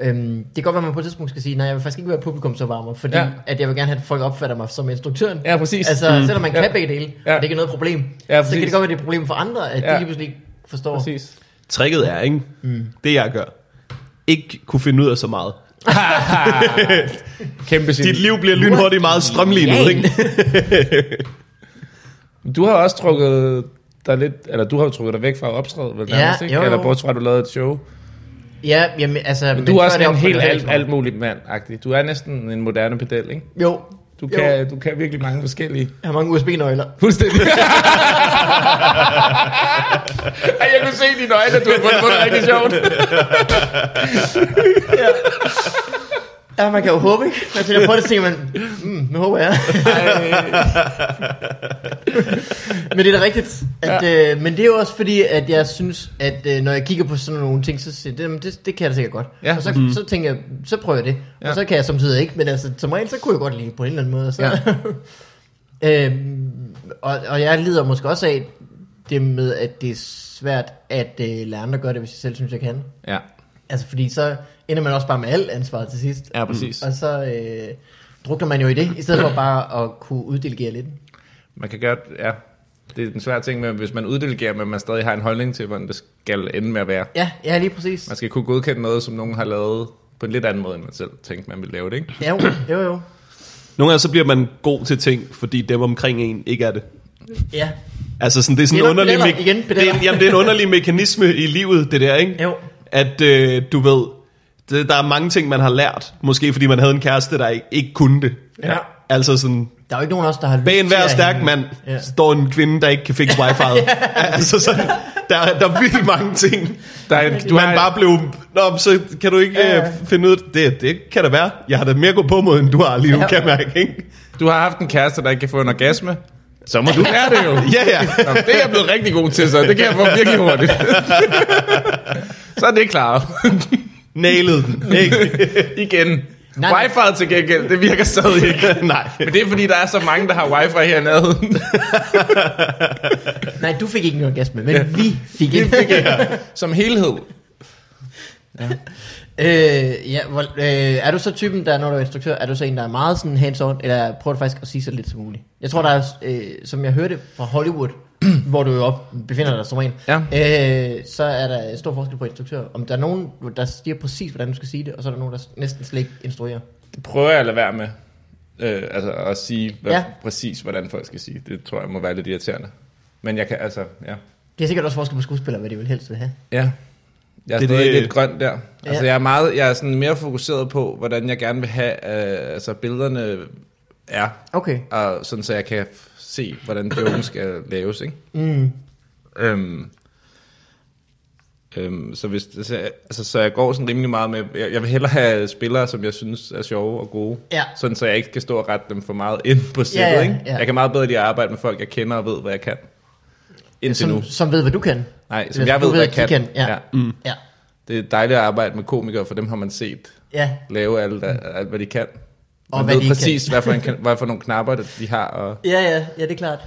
øhm, det kan godt være, at man på et tidspunkt skal sige, nej, jeg vil faktisk ikke være publikumsopvarmer, fordi ja. Ja. at jeg vil gerne have, at folk opfatter mig som instruktøren. Ja, præcis. Altså, mm. selvom man kan ja. Ja. begge dele, ja. Ja. og det ikke er noget problem, så kan Ja, det godt præcis. være, at det er et problem for andre, at ja. de Ja. lige pludselig ikke forstår. Præcis. Tricket er, ikke? Mm. Det jeg gør. Ikke kunne finde ud af så meget. Kæmpe sin. Dit liv bliver lynhurtigt meget strømlignet, ikke? Du har også trukket dig lidt, eller du har jo trukket dig væk fra at optræde, vel Ja, nærmest, ikke? jo, jo. Eller bortset fra, at du lavede et show. Ja, jamen, altså... Men du er før også det en helt opfattede jeg alt, ikke så meget. alt mulig mand -agtig. Du er næsten en moderne pedel, ikke? Jo, Du Jo. kan, du kan virkelig mange forskellige. jeg har mange USB-nøgler. Fuldstændig. (laughs) Ej, jeg kunne se i dine øjne, at du har fundet på noget rigtig sjovt. Ja, man kan jo håbe, ikke? Man tænker på det, så tænker man, mm, nu håber jeg. men det er da rigtigt. At, ja. øh, men det er jo også fordi, at jeg synes, at øh, når jeg kigger på sådan nogle ting, så siger jeg, "Jamen, det, det kan jeg da sikkert godt. Ja. Og så, mm. så tænker jeg, så prøver jeg det. Ja. Og Ja. så kan jeg samtidig ikke, men altså, som regel, så kunne jeg godt lide på en eller anden måde. og Så. Ja. (laughs) øhm, og, og jeg lider måske også af det med, at det er svært at øh, lade andre gøre det, hvis jeg selv synes, jeg kan. Ja, Altså, fordi så ender man også bare med alt ansvar til sidst. ja præcis. Og så øh, drukner man jo i det, i stedet for bare at kunne uddelegere lidt. Man kan gøre, ja. Det er den svære ting med, hvis man uddelegerer, men man stadig har en holdning til, hvordan det skal ende med at være. Ja, ja lige præcis. Man skal kunne godkende noget, som nogen har lavet på en lidt anden måde, end man selv tænkte, man ville lave det, ikke? Ja, jo, jo, jo. Nogle gange så bliver man god til ting, fordi dem omkring en ikke er det. Ja, Altså sådan, det er sådan Det er en nok underlig, pedeller. me- Igen, det, er, pedeller. en- jamen, det er en underlig mekanisme i livet, det der, ikke? Jo. At øh, du ved, det, der er mange ting, man har lært. Måske fordi man havde en kæreste, der ikke, ikke kunne det. Ja. Altså sådan, Der er jo ikke nogen af os, der har lyst Bag til enhver at stærk hænge- mand Ja. ja. står en kvinde, der ikke kan fikse wifi'et. altså sådan, der, der er virkelig mange ting. Der er, en- Du du Man har, bare blev, Nå, men så kan du ikke Ja, ja, ja. ja. finde ud af det. Det kan da være. Jeg har da mere gå på mod, end du har lige nu, Ja. ja. kan jeg mærke, ikke? du har haft en kæreste, der ikke kan få en orgasme. Så må du lære det jo. Ja, ja. Nå, det er jeg blevet rigtig god til, så det kan jeg få virkelig hurtigt. (laughs) så er det klaret. Nailed den, ikke? (laughs) Igen. Nej, nej. Wi-Fi til gengæld, det virker stadig ikke. (laughs) Nej. Men det er fordi, der er så mange, der har wifi her (laughs) i nærheden. Nej, du fik ikke en orgasme, men vi fik en. Som helhed. øh, ja, hvor, øh, er du så typen, der når du er instruktør, er du så en, der er meget sådan hands-on, eller prøver du faktisk at sige så lidt som muligt? Jeg tror, der er, øh, som jeg hørte fra Hollywood, (clears throat) hvor du jo op, befinder dig som en, Ja. øh, så er der stor forskel på instruktører. Om der er nogen, der siger præcis, hvordan du skal sige det, og så er der nogen, der næsten slet ikke instruerer. Det prøver jeg at lade være med. Øh, altså at sige hvad, Ja. ja. præcis, hvordan folk skal sige. Det tror jeg må være lidt irriterende. Men jeg kan altså, ja. Det er sikkert også forskel på skuespillere, hvad de vil helst vil have. Ja. Jeg er Det er det, stadig det- lidt grøn der. Ja. Altså, Ja. jeg er, meget, jeg er sådan mere fokuseret på, hvordan jeg gerne vil have, øh, altså billederne er. Okay. Og sådan, så jeg kan se, hvordan joken skal laves, ikke? Mm. Øhm, øhm, så, hvis, så, altså, så jeg går sådan rimelig meget med, jeg, jeg vil hellere have spillere, som jeg synes er sjove og gode, Ja. sådan så jeg ikke kan stå og rette dem for meget ind på sættet. ja, ikke? ja. Jeg kan meget bedre lide at arbejde med folk, jeg kender og ved, hvad jeg kan. Indtil Som, nu. som ved, hvad du kan. Nej, som Eller jeg du ved, hvad jeg at de kan. Ja. Ja. Ja. Mm. ja. Det er dejligt at arbejde med komikere, for dem har man set ja. lave alt, alt hvad de kan. Mm. Og Man hvad ved de ikke præcis, hvad for, en, hvad for nogle knapper det- de har, og Ja, ja, ja, det er (clears throat) klart.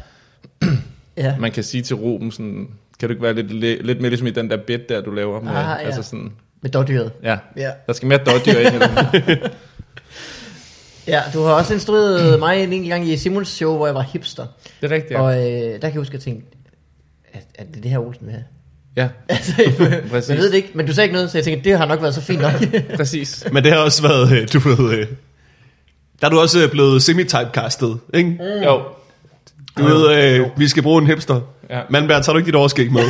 ja. man kan sige til Ruben sådan, kan du ikke være lidt, lidt, lidt mere ligesom i den der bit der, du laver? Med, Ah, ja. Altså sådan, Med dårdyret. ja. Ja. Der skal mere dodger ind i det. ja, du har også instrueret mig en enkelt gang i Simons show, hvor jeg var hipster. Det er rigtigt, Ja. Mm. ja. Og øh, der kan jeg huske, at jeg tænkte, at, at det er det her Olsen vil have. (laughs) ja. Altså, (laughs) Præcis. jeg ved det ikke, men du sagde ikke noget, så jeg tænkte, det har nok været så fint nok. (laughs) Præcis. Men det har også været, øh, du ved... øh, Der er du også øh, blevet semi-typecastet, ikke? Jo. Du ved, øh, vi skal bruge en hipster. Ja. Ja. Mandberg, tager du ikke dit overskæg med?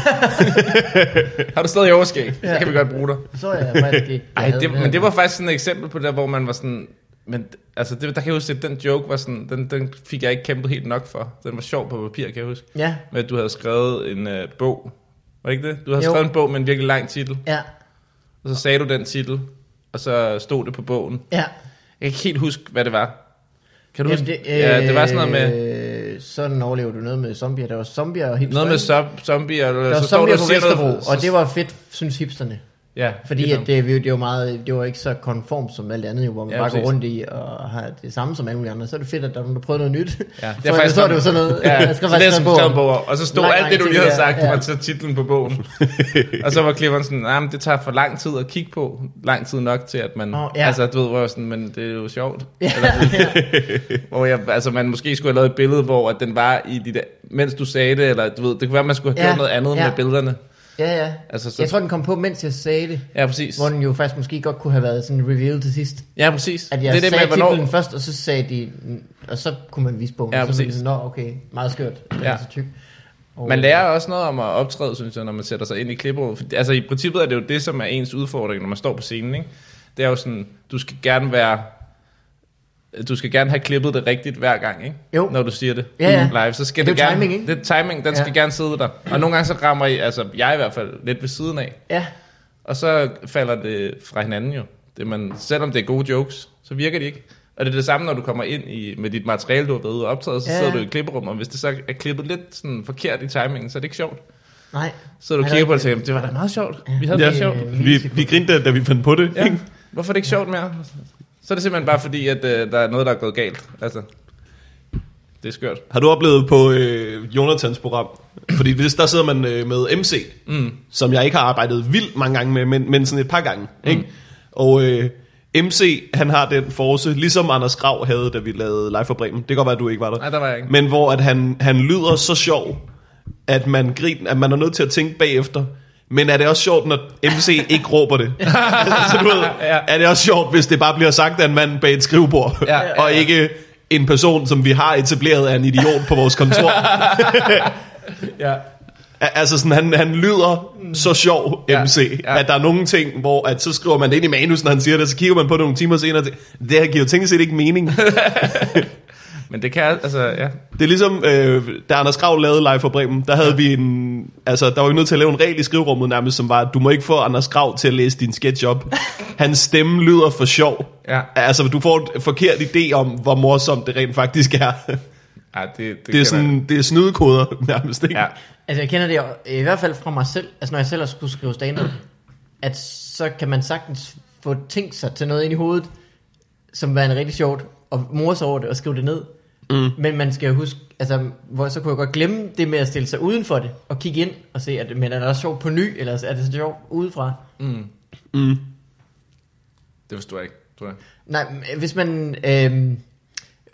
Har du stadig overskæg? Så kan vi godt bruge dig. så er jeg faktisk ikke. jeg Ej, havde det, her. men det var faktisk sådan et eksempel på der, hvor man var sådan... Men altså, det, der kan jeg huske, at den joke var sådan... Den, den fik jeg ikke kæmpet helt nok for. Den var sjov på papir, kan jeg huske. Ja, Med at du havde skrevet en øh, bog. Var det ikke det? Du havde Jo. jo. skrevet en bog med en virkelig lang titel. ja, Og så sagde du den titel. Og så stod det på bogen. ja. Jeg kan ikke helt huske, hvad det var. Kan du Jamen, huske? ja, det var sådan noget med... øh, Sådan overlever du noget med zombier. Der var zombier og hipster. Noget med ikke? sub, zombie, eller der var så står zombier du og på siger Vesterbro, noget. og det var fedt, synes hipsterne. ja, Fordi det, at det, er jo- det, var meget, det var ikke så konformt som alt andet, jo, hvor man ja, Ja, bare går præcis. rundt i og har det samme som alle mulige andre. Så er det fedt, at der er nogen, der prøver noget nyt. (laughs) Ja, det så, faktisk, er faktisk så er ham. det jo sådan noget. Ja, (laughs) jeg så skal det er faktisk sådan skrive en en (laughs) bog. bog, og så stod Lang, alt lang det, du lige tid, havde ja, sagt, ja. var til titlen på (laughs) bogen. og så var Cleveland sådan, nej, men det tager for lang tid at kigge på, lang tid nok til, at man, Åh, oh, ja. ja. altså du ved, hvor jeg var sådan, men det er jo sjovt. Hvor jeg, altså man måske skulle have lavet et billede, hvor at den var i de der, mens du sagde det, eller du ved, det kunne være, man skulle have Ja, gjort noget andet ja. med billederne. Ja, ja. Altså, Jeg så, tror, den kom på, mens jeg sagde det. ja, præcis. Hvor den jo faktisk måske godt kunne have været sådan revealed til sidst. Ja, præcis. At jeg det er det sagde med, hvornår, titlen først, og så sagde de... Og så kunne man vise bogen. Ja, så var det præcis. sådan, Nå, okay. Meget skørt. Den ja. Ja. er så tyk. Og, Man lærer også noget om at optræde, synes jeg, når man sætter sig ind i klipperummet. For, altså i princippet er det jo det, som er ens udfordring, når man står på scenen. Ikke? Det er jo sådan, du skal gerne være... Du skal gerne have klippet det rigtigt hver gang, ikke? Jo. Når du siger det Ja, ja. live. Så skal Det er det, jo gerne, timing, ikke? Det er timing, den Ja. ja. skal gerne sidde der. Og nogle gange så rammer I, altså jeg i hvert fald, lidt ved siden af. Ja, Og så falder det fra hinanden jo. Det, man, selvom det er gode jokes, så virker de ikke. Og det er det samme, når du kommer ind i, med dit materiale, du har været ude og optræde, så Ja. ja. sidder du i klipperummet, og hvis det så er klippet lidt sådan forkert i timingen, så er det ikke sjovt. nej. Så du Ej, kigger det- på det og tænker, det var da meget sjovt. Vi havde Ja. ja. det sjovt. Vi, vi grinte, da vi fandt på det. Ja. Ja. Hvorfor er det ikke sjovt mere? Så er det simpelthen bare fordi, at øh, der er noget, der er gået galt. Altså, det er skørt. Har du oplevet på øh, Jonathans program? Fordi hvis der sidder man øh, med MC, mm. som jeg ikke har arbejdet vildt mange gange med, men, men sådan et par gange. Ikke? Mm. Og øh, MC, han har den force, ligesom Anders Grav havde, da vi lavede Live for Bremen. Det kan godt være, at du ikke var der. Nej, der var jeg ikke. Men hvor at han, han lyder så sjov, at man, griner, at man er nødt til at tænke bagefter. Men er det også sjovt, når MC ikke råber (laughs) det? altså, du ved, Ja. er det også sjovt, hvis det bare bliver sagt af en mand bag et skrivebord, Ja, ja, (laughs) og ja. ikke en person, som vi har etableret er en idiot på vores (laughs) kontor? Ja. Al- altså, sådan, han, han lyder så sjov, Mm. Ja, MC, ja. at der er nogle ting, hvor at så skriver man det ind i manus, når han siger det, så kigger man på det nogle timer senere, og tænker, det her giver jo tænkt set ikke mening. Men det kan, altså, ja. Det er ligesom, øh, da Anders Grav lavede Live for Bremen, der havde vi en... Altså, der var vi nødt til at lave en regel i skriverummet nærmest, som var, at du må ikke få Anders Grav til at læse din sketch (laughs) op. Hans stemme lyder for sjov. Ja. Altså, du får en forkert idé om, hvor morsomt det rent faktisk er. (laughs) Ej, det, det, Det er, kan jeg- sådan, det er snydekoder (laughs) nærmest, ikke? Ja. Altså jeg kender det jo, øh, i hvert fald fra mig selv, altså når jeg selv har skulle skrive stand at så kan man sagtens få tænkt sig til noget ind i hovedet, som var en rigtig sjovt, og mors over det og skrive det ned. Mm. Men man skal jo huske, altså hvor så kunne jeg godt glemme det med at stille sig uden for det, og kigge ind og se, at, men er det også sjovt på ny, eller er det så sjovt udefra? Det forstår jeg ikke, tror jeg. Nej, men hvis man... Øh,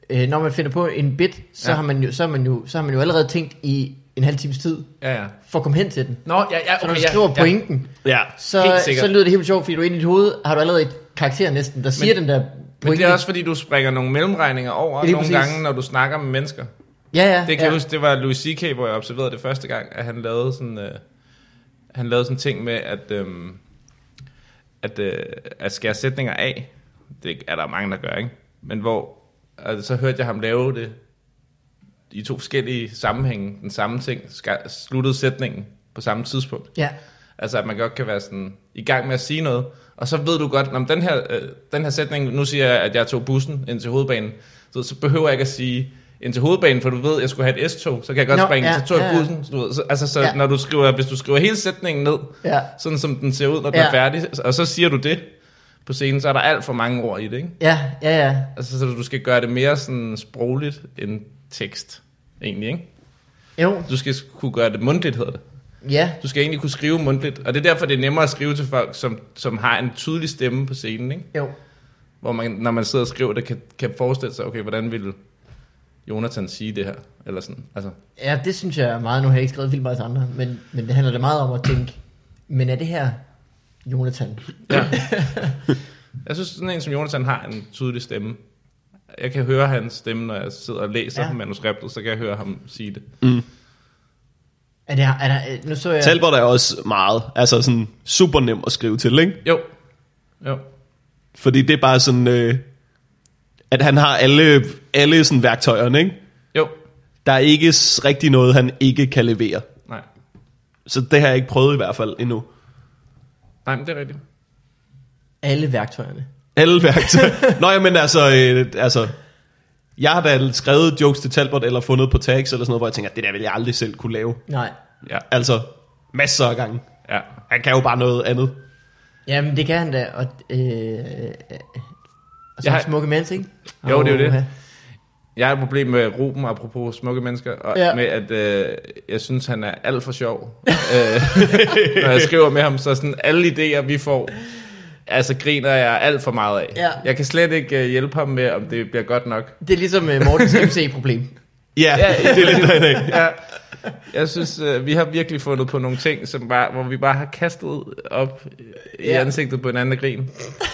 øh, når man finder på en bit, så, Ja. ja. har man jo, så, har man jo, så har man jo allerede tænkt i en halv times tid, Ja, ja. for at komme hen til den. Nå, ja, ja, okay, Så når du ja, skriver ja. pointen, ja. så, Helt sikkert. så lyder det helt vildt sjovt, fordi du inde i dit hoved har du allerede et karakter næsten, der siger den der Men pointe. det er også fordi, du springer nogle mellemregninger over Lige nogle præcis. gange, når du snakker med mennesker. ja, ja, Det kan ja. jeg huske, det var Louis C.K., hvor jeg observerede det første gang, at han lavede sådan, øh, han lavede sådan en ting med, at, øh, at, øh, at skære sætninger af. Det er der mange, der gør, ikke? Men hvor, altså, så hørte jeg ham lave det i to forskellige sammenhænge, den samme ting, ska- sluttede sætningen på samme tidspunkt. Ja. Altså at man godt kan være sådan i gang med at sige noget, og så ved du godt, om den her, øh, den her sætning, nu siger jeg, at jeg tog bussen ind til hovedbanen, så, så behøver jeg ikke at sige ind til hovedbanen, for du ved, at jeg skulle have et S-tog, så kan jeg godt Nå, springe, ja, så tog jeg ja, ja. bussen. Du ved, så, altså så Ja. når du skriver, hvis du skriver hele sætningen ned, Ja. sådan som den ser ud, når den Ja. er færdig, og så siger du det på scenen, så er der alt for mange ord i det, ikke? Ja, ja, ja. Altså så du skal gøre det mere sådan sprogligt end tekst, egentlig, ikke? Jo, Du skal kunne gøre det mundtligt, hedder det. ja. Du skal egentlig kunne skrive mundtligt, og det er derfor, det er nemmere at skrive til folk, som, som har en tydelig stemme på scenen, ikke? Jo. Hvor man, når man sidder og skriver det, kan, kan forestille sig, okay, hvordan ville Jonathan sige det her? Eller sådan, altså. Ja, det synes jeg er meget. Nu har jeg ikke skrevet vildt meget til andre, men, men det handler da meget om at tænke, men er det her Jonathan? Ja. jeg synes, sådan en som Jonathan har en tydelig stemme. Jeg kan høre hans stemme, når jeg sidder og læser ja. Ja. manuskriptet, så kan jeg høre ham sige det. Er det her, er der, øh, nu så jeg... Talbot er også meget, altså sådan super nem at skrive til, ikke? Jo, jo. Fordi det er bare sådan, øh, at han har alle, alle sådan værktøjerne, ikke? Jo, Der er ikke s- rigtig noget, han ikke kan levere. nej. Så det har jeg ikke prøvet i hvert fald endnu. Nej, men det er rigtigt. Alle værktøjerne. Alle værktøjer. Nå, jamen altså, øh, altså, jeg har da skrevet jokes til Talbot, eller fundet på tags, eller sådan noget, hvor jeg tænker, det der vil jeg aldrig selv kunne lave. Nej. Ja, Altså, masser af gange. ja. Han kan jo bare noget andet. Jamen, det kan han da, og... Øh, øh, og så Jeg har- smukke mens, ikke? Jo, det er jo det. Åha. Jeg har et problem med Ruben, apropos smukke mennesker, og ja. Ja. med at øh, jeg synes, han er alt for sjov. (laughs) øh, når jeg skriver med ham, så sådan alle idéer, vi får, altså griner jeg alt for meget af. Ja. Jeg kan slet ikke øh, hjælpe ham med, om det bliver godt nok. Det er ligesom øh, (laughs) Mortens MC-problem. Ja, Ja, (laughs) det er lidt derinde. Ja. Jeg synes, øh, vi har virkelig fundet på nogle ting, som bare, hvor vi bare har kastet op i Ja. ansigtet på hinanden og grin.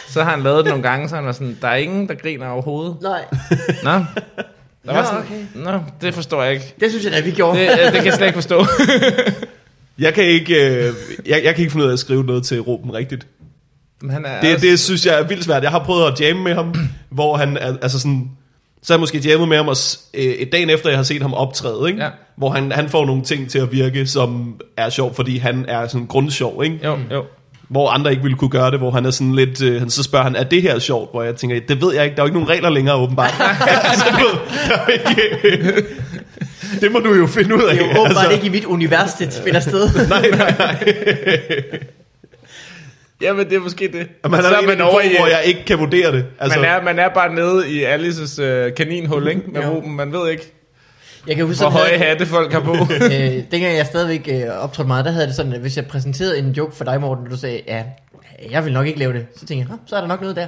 Så har han lavet det nogle gange, så han var sådan, der er ingen, der griner overhovedet. Nej. Nå, der var Nå, sådan, okay. Nå det forstår jeg ikke. Det synes jeg da, vi gjorde. Det, øh, det kan jeg slet ikke forstå. Jeg kan ikke, øh, jeg, jeg kan ikke finde ud af at skrive noget til Ruben rigtigt. Men han er Det, også, det synes jeg er vildt svært. Jeg har prøvet at jamme med ham, (clears throat) hvor han er, altså sådan... Så har jeg måske jammet med ham, og s- øh, et dagen efter, jeg har set ham optræde, ikke? Ja. hvor han, han får nogle ting til at virke, som er sjov, fordi han er sådan grundsjov, ikke? Jo, jo. hvor andre ikke ville kunne gøre det, hvor han er sådan lidt, øh, han så spørger han, er det her sjovt? Hvor jeg tænker, det ved jeg ikke, der er jo ikke nogen regler længere åbenbart. (laughs) altså, du ved, der er jo ikke, (laughs) øh, det må du jo finde ud af. (laughs) altså. Det er Altså- jo åbenbart ikke i mit univers, det finder sted. (laughs) Nej, nej, nej. Jamen, det er måske det. Men han Så er, er man over, i, hvor jeg ikke kan vurdere det. Altså, man, er, man er bare nede i Alices øh, kaninhul, ikke? Med Jo. Ruben. Man ved ikke, Jeg kan huske, hvor sådan høje havde- hatte (laughs) folk har på. øh, dengang jeg stadigvæk øh, optrådte meget, der havde jeg det sådan, at hvis jeg præsenterede en joke for dig, Morten, og du sagde, ja, jeg vil nok ikke lave det, så tænkte jeg, "Nå, så er der nok noget der.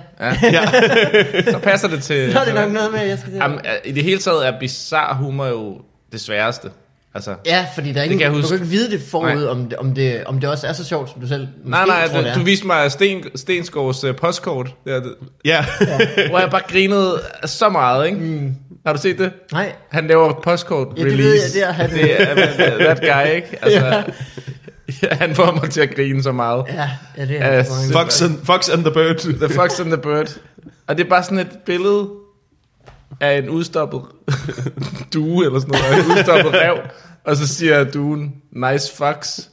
så passer det til... Så er det nok noget med, at jeg skal til. Jamen, øh, I det hele taget er bizarre humor jo det sværeste. Altså, Ja, fordi der er ingen, kan jeg du huske. kan ikke vide det forud, Nej. om det, om, det, om det også er så sjovt, som du selv måske Nej, tror, nej, det er. du, du viste mig Sten, Stensgaards øh, postkort, (laughs) der, ja. hvor jeg bare grinede så meget, ikke? Mm. Har du set det? Nej, Han laver postkort Ja, release. det ved jeg, det er han. Det er that (laughs) guy, ikke? Altså, (laughs) ja. han får mig til at grine så meget. ja, ja det Ja, er så mange. Fox and, Fox and the Bird. (laughs) The Fox and the Bird. Og det er bare sådan et billede af en udstoppet due eller sådan noget, af en udstoppet rev, og så siger duen, nice fucks,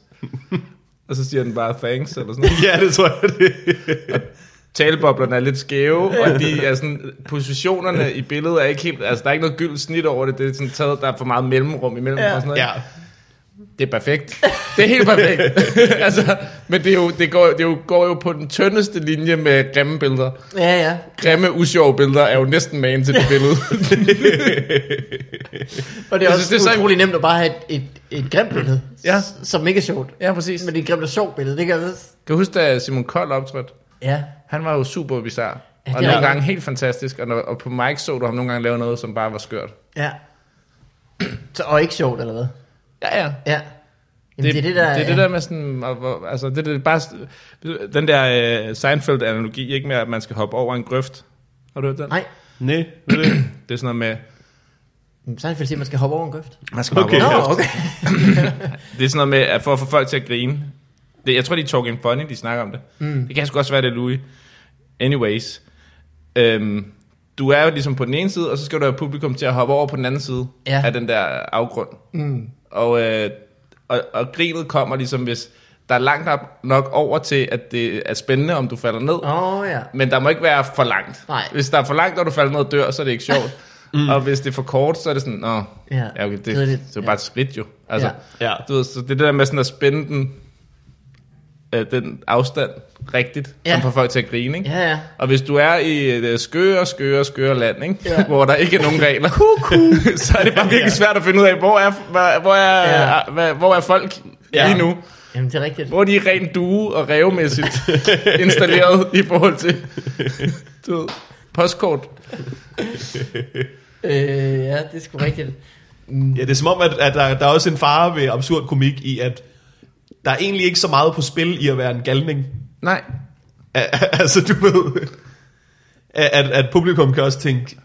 og så siger den bare thanks eller sådan noget. ja, det tror jeg, det Taleboblerne er lidt skæve, og de er sådan, positionerne i billedet er ikke helt, altså der er ikke noget gyldent snit over det, det er sådan taget, der er for meget mellemrum imellem ja. og sådan noget. Ja, ikke? Det er perfekt. Det er helt perfekt. (laughs) altså, men det, er jo, det, går, det er jo, går jo på den tyndeste linje med grimme billeder. Ja, ja. Grimme, usjove billeder er jo næsten magen til det (laughs) billede. Og det er Jeg også synes, det er så- utrolig nemt at bare have et, et, et grimt billede, Ja. s- som ikke er sjovt. ja, præcis. Men det er et grimt og sjovt billede, det kan jeg også. Kan du huske, da Simon Kold optrådte? Ja. Han var jo super bizarre. Ja, Og det er nogle han. gange helt fantastisk. Og, når, og på Mike så du ham nogle gange lave noget, som bare var skørt. Ja. Så, og ikke sjovt, eller hvad? Ja, ja. Ja. Jamen, det, det er det, der... det, er det ja. der med sådan, og, hvor, altså det, det er bare, den der øh, Seinfeld-analogi, ikke med, at man skal hoppe over en grøft. Har du hørt den? Nej, nej, det er det. Det er sådan noget med, Jamen, så er det fordi, man skal hoppe over en grøft. man skal hoppe Okay. over Nå, en grøft. okay. Det er sådan noget med, at for at få folk til at grine. Det, jeg tror, de er talking funny, de snakker om det. Mm. Det kan sgu også være, det er Louis. Anyways. Øhm, du er jo ligesom på den ene side, og så skal du have publikum til at hoppe over på den anden side Ja. af den der afgrund. Mm. Og, øh, og, og grinet kommer ligesom, hvis der er langt op, nok over til, at det er spændende, om du falder ned. Åh, oh, ja. Men der må ikke være for langt. Nej. Hvis der er for langt, og du falder ned og dør, så er det (laughs) ikke sjovt. mm. Og hvis det er for kort, så er det sådan, nå, Ja. ja, okay, det, det, er Kedeligt. det er jo Ja. bare et skridt jo. Altså, Ja. Ja. du ved, så det er det der med sådan at spænde den, øh, den afstand rigtigt, ja. Ja. som får folk til at grine, ikke? Ja, ja. Og hvis du er i et øh, skøre, skøre, skøre land, ikke? Ja. hvor der ikke er nogen regler, (laughs) så er det bare virkelig svært at finde ud af, hvor er, hvor, hvor er, Ja. ja. hvor er folk Ja. ja. lige nu? Jamen, det er rigtigt. Hvor er de rent due (laughs) og revmæssigt installeret i forhold til du ved, postkort? Øh, ja, det er sgu rigtigt. Ja, det er som om, at, at der, der er også en fare ved absurd komik i, at der er egentlig ikke så meget på spil i at være en galning. Nej. altså, du ved, at, at publikum kan også tænke,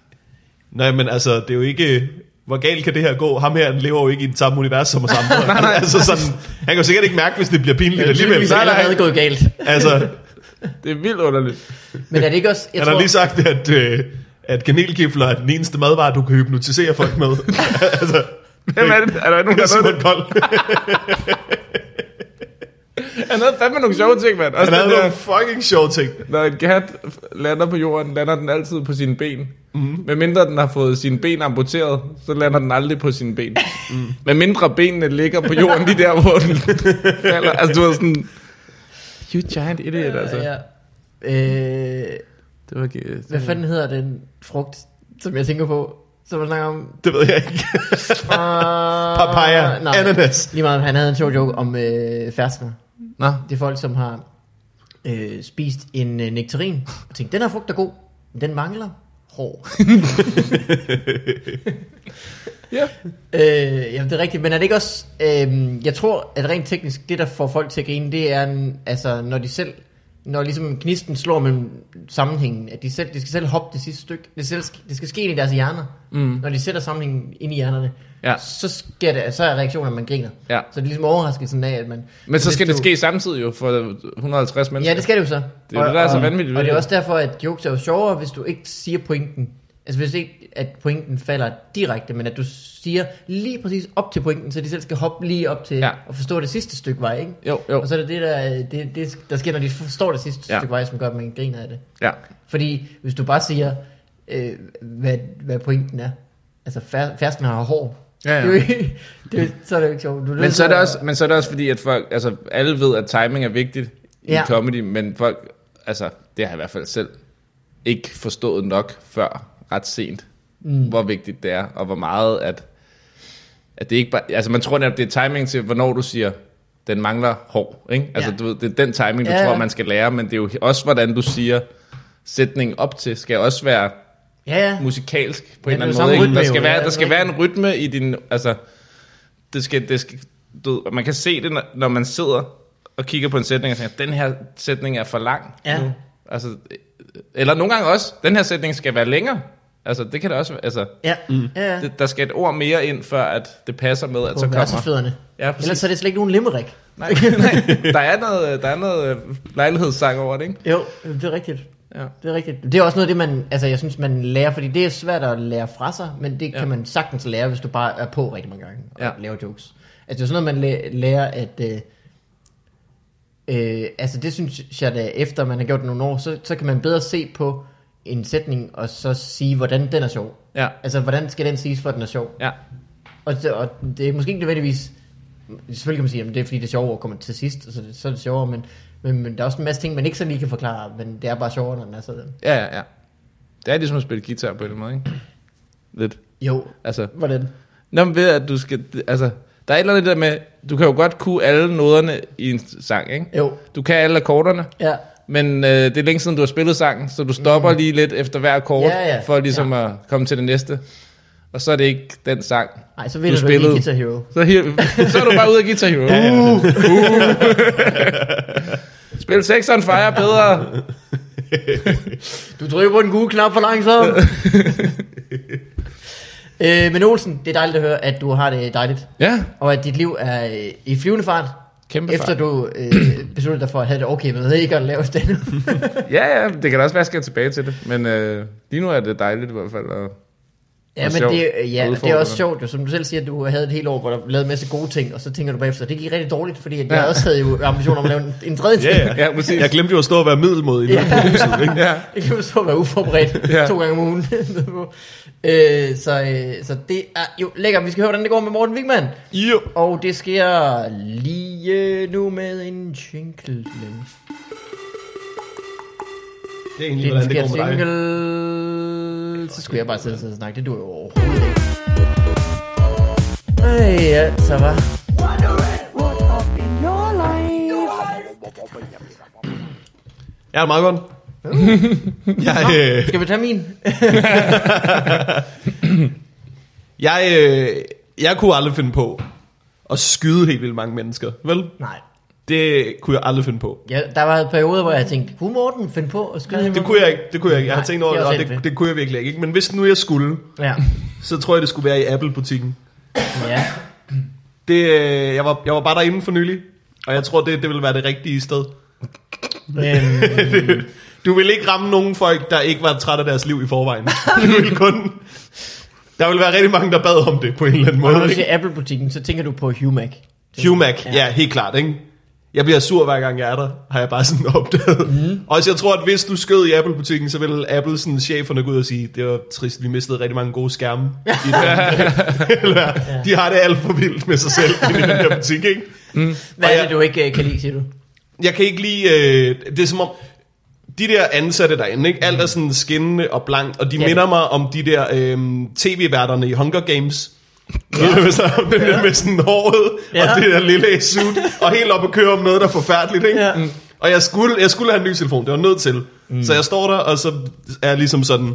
nej, men altså, det er jo ikke, hvor galt kan det her gå? Ham her, han lever jo ikke i det samme univers som os andre. (laughs) nej, nej. Altså, sådan, han kan jo sikkert ikke mærke, hvis det bliver pinligt alligevel. Tydeligvis er Nej, nej. allerede gået galt. Altså, Det er vildt underligt. Men er det ikke også... (laughs) Jeg han har tror, lige sagt, at, øh, at kanelgifler er den eneste madvare, du kan hypnotisere folk med. altså, Hvem er det? Er der (laughs) nogen, det er der ved Simon det? Kold. Han havde fandme nogle sjove ting, mand. Også Han havde den Altså, der, nogle fucking sjove ting. når en kat lander på jorden, lander den altid på sine ben. Mhm. Mm. Medmindre den har fået sine ben amputeret, så lander den aldrig på sine ben. Mm. Medmindre benene ligger på jorden lige der, hvor den falder. Altså, du var sådan... You giant idiot, altså. Ja, ja. Øh, Det var, det hvad fanden hedder den frugt, som jeg tænker på? Som man snakker om... Det ved jeg ikke. Uh, Papaya. Ananas. Lige meget, han havde en sjov joke om øh, ferskner. Nå, Det er folk, som har øh, spist en øh, nektarin og tænkt, den her frugt er god, men den mangler hår. (laughs) ja. Øh, jamen det er rigtigt, men er det ikke også, øh, jeg tror, at rent teknisk, det der får folk til at grine, det er, en, altså, når de selv, når ligesom knisten slår mellem sammenhængen, at de, selv, de skal selv hoppe det sidste stykke, det, selv, sk- det skal ske ind i deres hjerner, mm. når de sætter sammenhængen ind i hjernerne, Ja. så, sker det, så er reaktionen, at man griner. Ja. Så det er ligesom overraskelsen af, at man... Men så hvis skal det du- ske samtidig jo for 150 mennesker. Ja, det skal det jo så. Det er jo det, der er så vanvittigt ved Og det er det. også derfor, at jokes er jo sjovere, hvis du ikke siger pointen. Altså hvis ikke, at pointen falder direkte, men at du siger lige præcis op til pointen, så de selv skal hoppe lige op til Ja. ja. og forstå det sidste stykke vej, ikke? Jo, jo. Og så er det det, der, øh, det, det, der sker, når de forstår det sidste Ja. ja. stykke vej, som gør, at man griner af det. Ja. Fordi hvis du bare siger, øh, hvad, hvad pointen er, altså fær, færsken har hår, Ja, (laughs) ja. Det er jo ikke, det er, jo- så er det jo ikke sjovt. Du Men så, er det også, men så er det også fordi, at folk, altså, alle ved, at timing er vigtigt i ja. Ja. comedy, men folk, altså, det har jeg i hvert fald selv ikke forstået nok før ret sent, mm. hvor vigtigt det er, og hvor meget, at, at det ikke bare, altså man tror netop, det er timing til, hvornår du siger, den mangler hår, ikke? Altså, Ja. du ved, det er den timing, du Ja, ja. ja. tror, man skal lære, men det er jo også, hvordan du siger sætningen op til, skal også være Ja, ja. Mm. musikalsk på Ja, en det er eller jo anden måde. samme Ikke? rytme Der jo, skal, ja, være, det der er skal være en rytme i din... Altså, det skal, det skal, du, ved, og man kan se det, når- når man sidder og kigger på en sætning og tænker, den her sætning er for lang. Ja. nu." Altså, øh, eller nogle gange også, den her sætning skal være længere. Altså, det kan det også være. Altså, Ja, mm. ja, ja. det, der skal et ord mere ind, før at det passer med, at på så kommer... versefødderne. Ja, præcis. Ellers er det slet ikke nogen limerick. (laughs) Nej, nej, der er noget, der er noget øh, lejlighedssang over det, ikke? Jo, det er rigtigt. Ja. Det er rigtigt. Det er også noget af det, man, altså, jeg synes, man lærer, fordi det er svært at lære fra sig, men det ja. kan man sagtens lære, hvis du bare er på rigtig mange gange og ja. Ja. laver jokes. Altså, det er sådan noget, man læ- lærer, at... Øh, øh, altså, det synes jeg da, efter man har gjort det nogle år, så, så kan man bedre se på en sætning, og så sige, hvordan den er sjov. Ja. Altså, hvordan skal den siges, for at den er sjov? Ja. Og det, og det er måske ikke nødvendigvis... Selvfølgelig kan man sige, at det er fordi, det er sjovere at komme til sidst, og så, er det- så er det sjovere, men, men, men der er også en masse ting, man ikke så lige kan forklare, men det er bare sjovere, når den er sådan. Ja, ja, ja. Det er ligesom at spille guitar på en eller anden måde, ikke? Lidt. Jo, Altså, hvordan? Nå, men ved at du skal, altså, der er et eller andet der med, du kan jo godt kunne alle noderne i en sang, ikke? Jo, Du kan alle akkorderne, ja. men øh, det er længe siden, du har spillet sangen, så du stopper mm. lige lidt efter hver akkord, Ja, ja. for ligesom ja. at komme til det næste. Og så er det ikke den sang. Nej, så vinder du, Du du ikke spillede. Guitar Hero. Så, her, (laughs) så er du bare ude af Guitar Hero. Ja, ja. Uh, uh. Spil Sex on Fire er bedre. Du trykker på den gule knap for (laughs) langsomt. øh, men Olsen, det er dejligt at høre, at du har det dejligt, Ja, og at dit liv er øh, i flyvende fart, kæmpe efter fart. du øh, besluttede dig for at have det okay med ikke at lave stand Ja, ja, det kan da også være, at jeg skal tilbage til det. Men øh, lige nu er det dejligt i hvert fald. Og, Ja, Og men sjovt. det, øh, ja, det er Udfordrende. også sjovt, jo, som du selv siger, at du havde et helt år, hvor du lavede en masse gode ting, og så tænker du bagefter, det gik rigtig dårligt, fordi at jeg Ja. også havde jo ambitioner om at lave en, en tredje ting. (laughs) Ja, ja. ja, præcis. Jeg glemte jo at stå og være middelmodig. Ja. Ja. ja. Det kan jo så være (laughs) uforberedt Ja. to gange om ugen. (laughs) øh, så, øh, så det er jo lækkert. Vi skal høre, hvordan det går med Morten Wigman. Jo. Og det sker lige nu med en jingle. Det er egentlig, Det er en hvordan det forkert går med dig. jingle. Så skulle jeg bare sidde og sidde og snakke. Det duer jo overhovedet (laughs) ikke. Ej, altså, hva'? Jeg er meget godt. jeg, (laughs) øh, Skal vi tage min? (laughs) jeg, øh, jeg kunne aldrig finde på at skyde helt vildt mange mennesker, vel? Nej. Det kunne jeg aldrig finde på. Ja, der var perioder, hvor jeg tænkte, kunne Morten finde på at skyde ham? Det kunne jeg ikke, det kunne jeg ikke. Jeg har Nej, tænkt over det det, er og også helt det, det kunne jeg virkelig ikke. Men hvis nu jeg skulle, Ja. så tror jeg, det skulle være i Apple-butikken. ja. Det, øh, jeg, var, jeg var bare derinde for nylig, og jeg tror, det, det ville være det rigtige (laughs) sted. (laughs) Øhm, Du vil ikke ramme nogen folk, der ikke var træt af deres liv i (laughs) forvejen. Du vil kun... Der vil være rigtig mange, der bad om det på en eller anden og når måde. du ikke? siger Apple-butikken, så tænker du på Humac. Humac, ja. ja, helt klart, ikke? Jeg bliver sur hver gang jeg er der, har jeg bare sådan (laughs) opdaget. Mm. Også jeg tror, at hvis du skød i Apple-butikken, så ville Apple sådan cheferne gå ud og sige, det var trist, vi mistede rigtig mange gode skærme. I (laughs) det. eller, de har det alt for vildt med sig selv i den der butik, ikke? Hvad Og er jeg- det, du ikke øh, kan lide, siger du? jeg kan ikke lide, øh, det er som om, de der ansatte derinde, ikke? alt er sådan skinnende og blankt, og de Ja. ja. minder mig om de der øh, tv-værterne i Hunger Games. Ja. Ved, så, den der med sådan håret, ja. Ja. og det der lille suit, og helt op og køre om noget, der er forfærdeligt. Ikke? Ja. Ja. Og jeg skulle, jeg skulle have en ny telefon, det var jeg nødt til. Mm. Så jeg står der, og så er jeg ligesom sådan,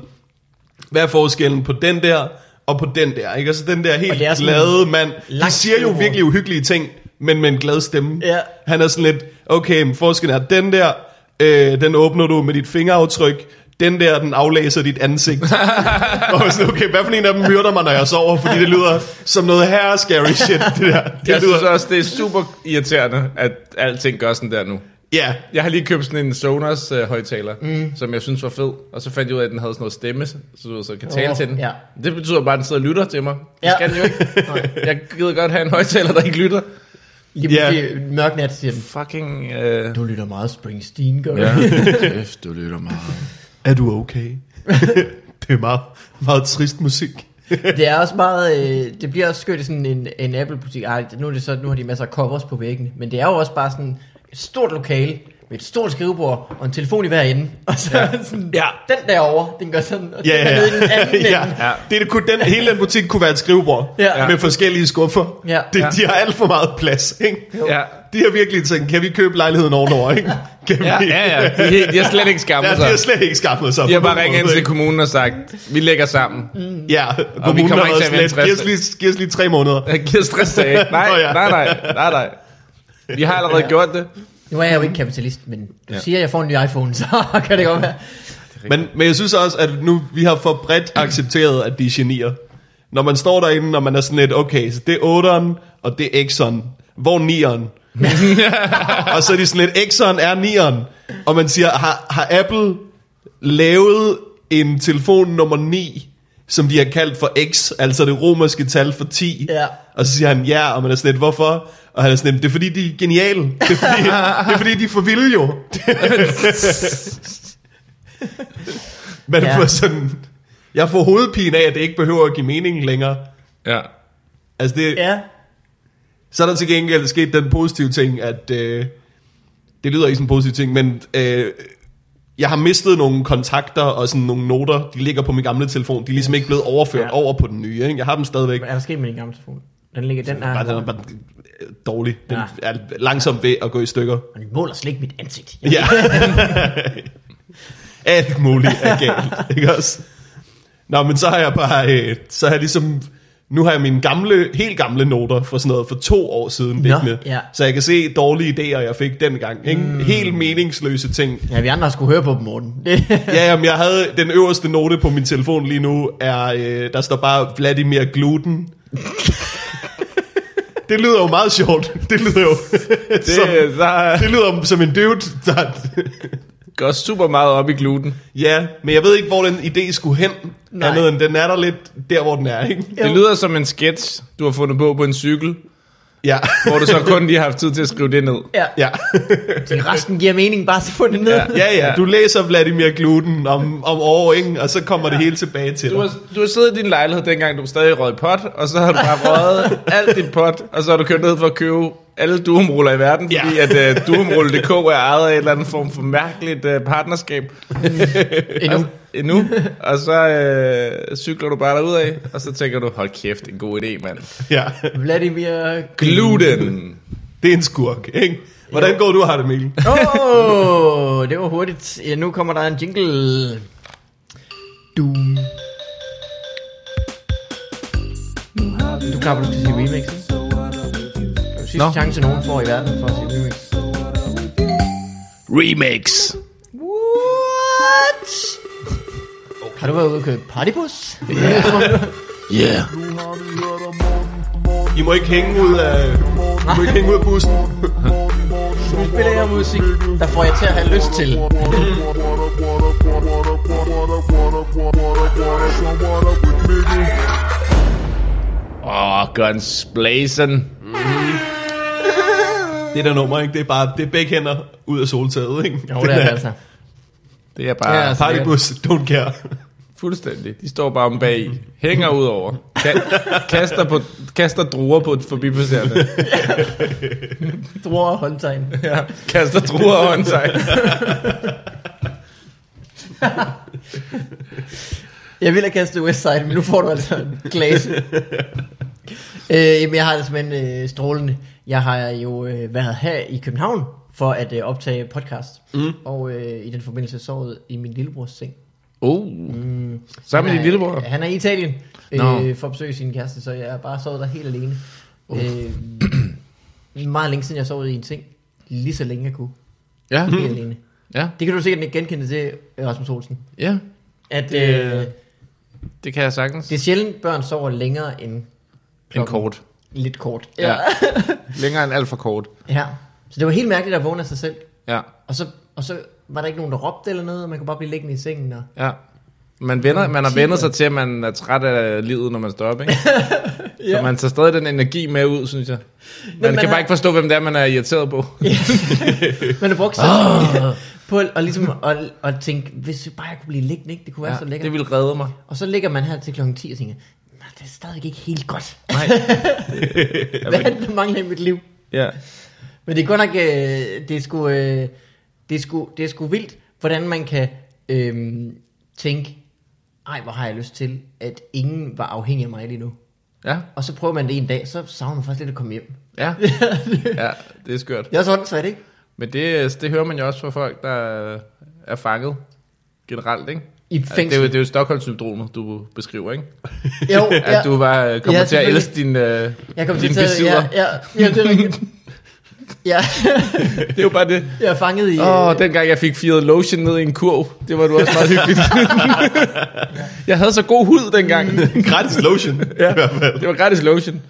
hvad er forskellen på den der, og på den der, ikke? Altså den der Og det er helt sådan glade mand, de langt siger jo skrivebord. virkelig uhyggelige ting, men med en glad stemme. Ja. Han er sådan lidt, okay, men forskellen er, den der, øh, den åbner du med dit fingeraftryk, den der, den aflæser dit ansigt. og jeg er sådan, okay, hvad for en af dem myrder mig, når jeg sover? Fordi det lyder som noget her scary shit, det der. Det Jeg lyder, synes også, det er super irriterende, at alting gør sådan der nu. Ja, Jeg har lige købt sådan en Sonos øh, højtaler, mm. som jeg synes var fed. Og så fandt jeg ud af, at den havde sådan noget stemme, så så du ved, så jeg kan tale Åh, oh, til den. ja. Det betyder bare, at den sidder og lytter til mig. Det Ja. ja. skal den jo ikke. jeg gider godt have en højtaler, der ikke lytter. Lige Ja. yeah. mørk nat, siger den. Fucking... Øh... Du lytter meget Springsteen, gør du? (laughs) Kæft, du lytter meget. er du okay? det er meget, meget trist musik. (laughs) Det er også meget, øh, det bliver også skørt i sådan en, en Apple-butik. Ej, nu, er det så, nu har de masser af covers på væggene, men det er jo også bare sådan et stort lokale med et stort skrivebord og en telefon i hver ende. Og så ja. sådan, Ja. den derovre, den gør sådan, og Ja, den ja, dernede i den (laughs) anden ja. ende. ja. Det, er det kunne, den, hele den butik kunne være et skrivebord Ja. ja. med forskellige skuffer. Ja. Det, Ja. De har alt for meget plads, ikke? Ja. De har virkelig tænkt, kan vi købe lejligheden ovenover, ikke? Kan Ja, vi? ja, ja. De, (laughs) er helt- de har slet ikke Ja, skammet de sig. har slet ikke skaffet sig. De har bare ringet ind til kommunen og sagt, vi lægger sammen. Ja, Og vi kommunen har kommer ikke til også at lidt. vente Giv os, 60. lige, giv os lige tre måneder. Jeg giver stress dage. Nej, Nå ja. nej, nej, nej, nej. Vi har allerede Ja. ja. gjort det. Nu er jeg jo ikke kapitalist, men du ja. siger, at jeg får en ny iPhone, (laughs) så kan det godt være. Men, men jeg synes også, at nu vi har for bredt accepteret, at de er genier. Når man står derinde, når man er sådan lidt, okay, så det er 8'eren, og det er X'eren. Hvor er 9'eren? og så er de sådan lidt, X'eren er 9'eren. Og man siger, har, har Apple lavet en telefon nummer 9, som de har kaldt for X, altså det romerske tal for 10. Ja. Og så siger han ja, og man er sådan lidt, hvorfor? Og han er sådan lidt, det er fordi, de er geniale. Det er fordi, det er fordi de er for vilde jo. Man Ja. ja. får sådan, jeg får hovedpine af, at det ikke behøver at give mening længere. Ja. Altså det, Ja. så er der til gengæld sket den positive ting, at øh, det lyder ikke som en positiv ting, men øh, jeg har mistet nogle kontakter og sådan nogle noter, de ligger på min gamle telefon, de er ligesom ikke blevet overført Ja. ja. over på den nye. Ikke? Jeg har dem stadigvæk. Hvad er der sket med din gamle telefon? Den ligger, den er... Bare, den er bare øh, dårlig. Den Ja. ja. er langsom ved at gå i stykker. Og den måler slet ikke mit ansigt. Jeg Ja. (laughs) Alt muligt er galt, ikke også? Nå, men så har jeg bare, øh, så har jeg ligesom, nu har jeg mine gamle, helt gamle noter fra sådan noget for to år siden liggende. ja. Så jeg kan se dårlige idéer, jeg fik dengang. Ikke? Mm. Helt meningsløse ting. Ja, vi andre har skulle høre på dem, Morten. (laughs) Det- Ja, jamen, jeg havde den øverste note på min telefon lige nu, er, øh, der står bare Vladimir Gluten. (laughs) det lyder jo meget sjovt. Det lyder jo... Det, som, Det, der det lyder som en dude, der... går super meget op i gluten. Ja, men jeg ved ikke, hvor den idé skulle hen, Nej. Nej. andet end den er der lidt der, hvor den er, ikke? Jo. Det lyder som en sketch, du har fundet på på en cykel, Ja, (laughs) hvor du så kun lige har haft tid til at skrive det ned. ja. ja. Det resten giver mening, bare så få det ned. Ja. ja, ja. Du læser Vladimir Gluten om, om år, ikke? Og så kommer ja. det hele tilbage til Du dig. har, du har siddet i din lejlighed, dengang du stadig røg pot, og så har du bare røget alt dit pot, og så har du kørt ned for at købe alle durumruller i verden, fordi Ja. at uh, durumrulle.dk er ejet af en eller anden form for mærkeligt uh, partnerskab Endnu. endnu, og så uh, cykler du bare derud af, og så tænker du, hold kæft, en god idé, mand. Ja. Vladimir... Gluten! Det er en skurk, ikke? Hvordan går du og har det, Mikkel? Åh, oh, det var hurtigt. Ja, nu kommer der en jingle. Du. Du klapper du til sin remix, ikke? Det er jo sidste Nå. no. chance, nogen får i verden for at sige remix. Remix! What? Har du været ude og købe partybus? Yeah! I må ikke hænge ud af, I må ikke hænge ud af bussen. Nu spiller jeg musik, der får jeg til at have lyst til. Åh, oh, Guns Blazing! Det der nummer, ikke? Det er bare, det er begge hænder ud af soltaget, ikke? Jo, det er det altså. Det er bare... Ja, altså. Partybus, don't care. (laughs) Fuldstændig. De står bare om bag i. Hænger ud over. Ka- kaster, på, kaster druer på forbipasserende. Druer og håndtegn. (laughs) Ja. Kaster druer og håndtegn. Jeg ville have kastet Westside, men nu får du altså en (laughs) glace. øh, jamen, jeg har det simpelthen øh, strålende. Jeg har jo øh, været her i København for at øh, optage podcast. Mm. Og øh, i den forbindelse sovet i min lillebrors seng. Mm. Oh. Sammen med Han er- din lillebror. Han er i Italien Nå. øh, for at besøge sin kæreste, så jeg har bare sovet der helt alene. Uh. Øh, (clears throat) meget længe siden jeg sov i en seng. Lige så længe jeg kunne. Ja. Helt (laughs) alene. Ja. Det kan du sikkert ikke genkende til, Rasmus Olsen. ja, At Det- øh, det kan jeg sagtens. det er sjældent, børn sover længere end En kort. lidt kort. Ja. (laughs) Længere end alt for kort. Ja. Så det var helt mærkeligt at vågne af sig selv. Ja. Og så, og så var der ikke nogen, der råbte eller noget, og man kunne bare blive liggende i sengen. Og... Ja. Man, vender, man har vendet sig til, at man er træt af livet, når man står op, ikke? (laughs) ja. Så man tager stadig den energi med ud, synes jeg. Man, man man kan har- bare ikke forstå, hvem det er, man er irriteret på. Man har brugt sig Ah. oh. (laughs) på at, og ligesom, at, at tænke, hvis bare jeg kunne blive liggende, ikke? det kunne være ja, så lækkert. det ville redde mig. Og så ligger man her til klokken 10 og tænker, "Nå, det er stadig ikke helt godt. Nej. (laughs) Hvad er det, der mangler i mit liv? Ja. Men det er godt nok, øh, det, er sgu, øh, det, er sgu, det er sgu vildt, hvordan man kan øh, tænke, ej, hvor har jeg lyst til, at ingen var afhængig af mig lige nu. Ja. Og så prøver man det en dag, så savner man faktisk lidt at komme hjem. (laughs) Ja. ja, det er skørt. Det er også åndssvagt, ikke? Men det, det hører man jo også fra folk, der er fanget generelt, ikke? I et Altså, Det er fængsel. jo, det er jo Stockholm-syndromet, du beskriver, ikke? Jo, At (laughs) ja. du var, øh, kommer Ja, ja, til at selvfølgelig. elske din, øh, jeg kom til din at tage, ja, besidder. Ja, ja, ja, det er rigtigt. Ja, (laughs) Det er jo bare det. jeg er fanget i... (laughs) Åh, øh, oh, dengang jeg fik firet lotion ned i en kurv, det var du også meget hyggeligt. (laughs) jeg havde så god hud dengang. Gratis lotion, ja. i hvert fald. Det var gratis lotion.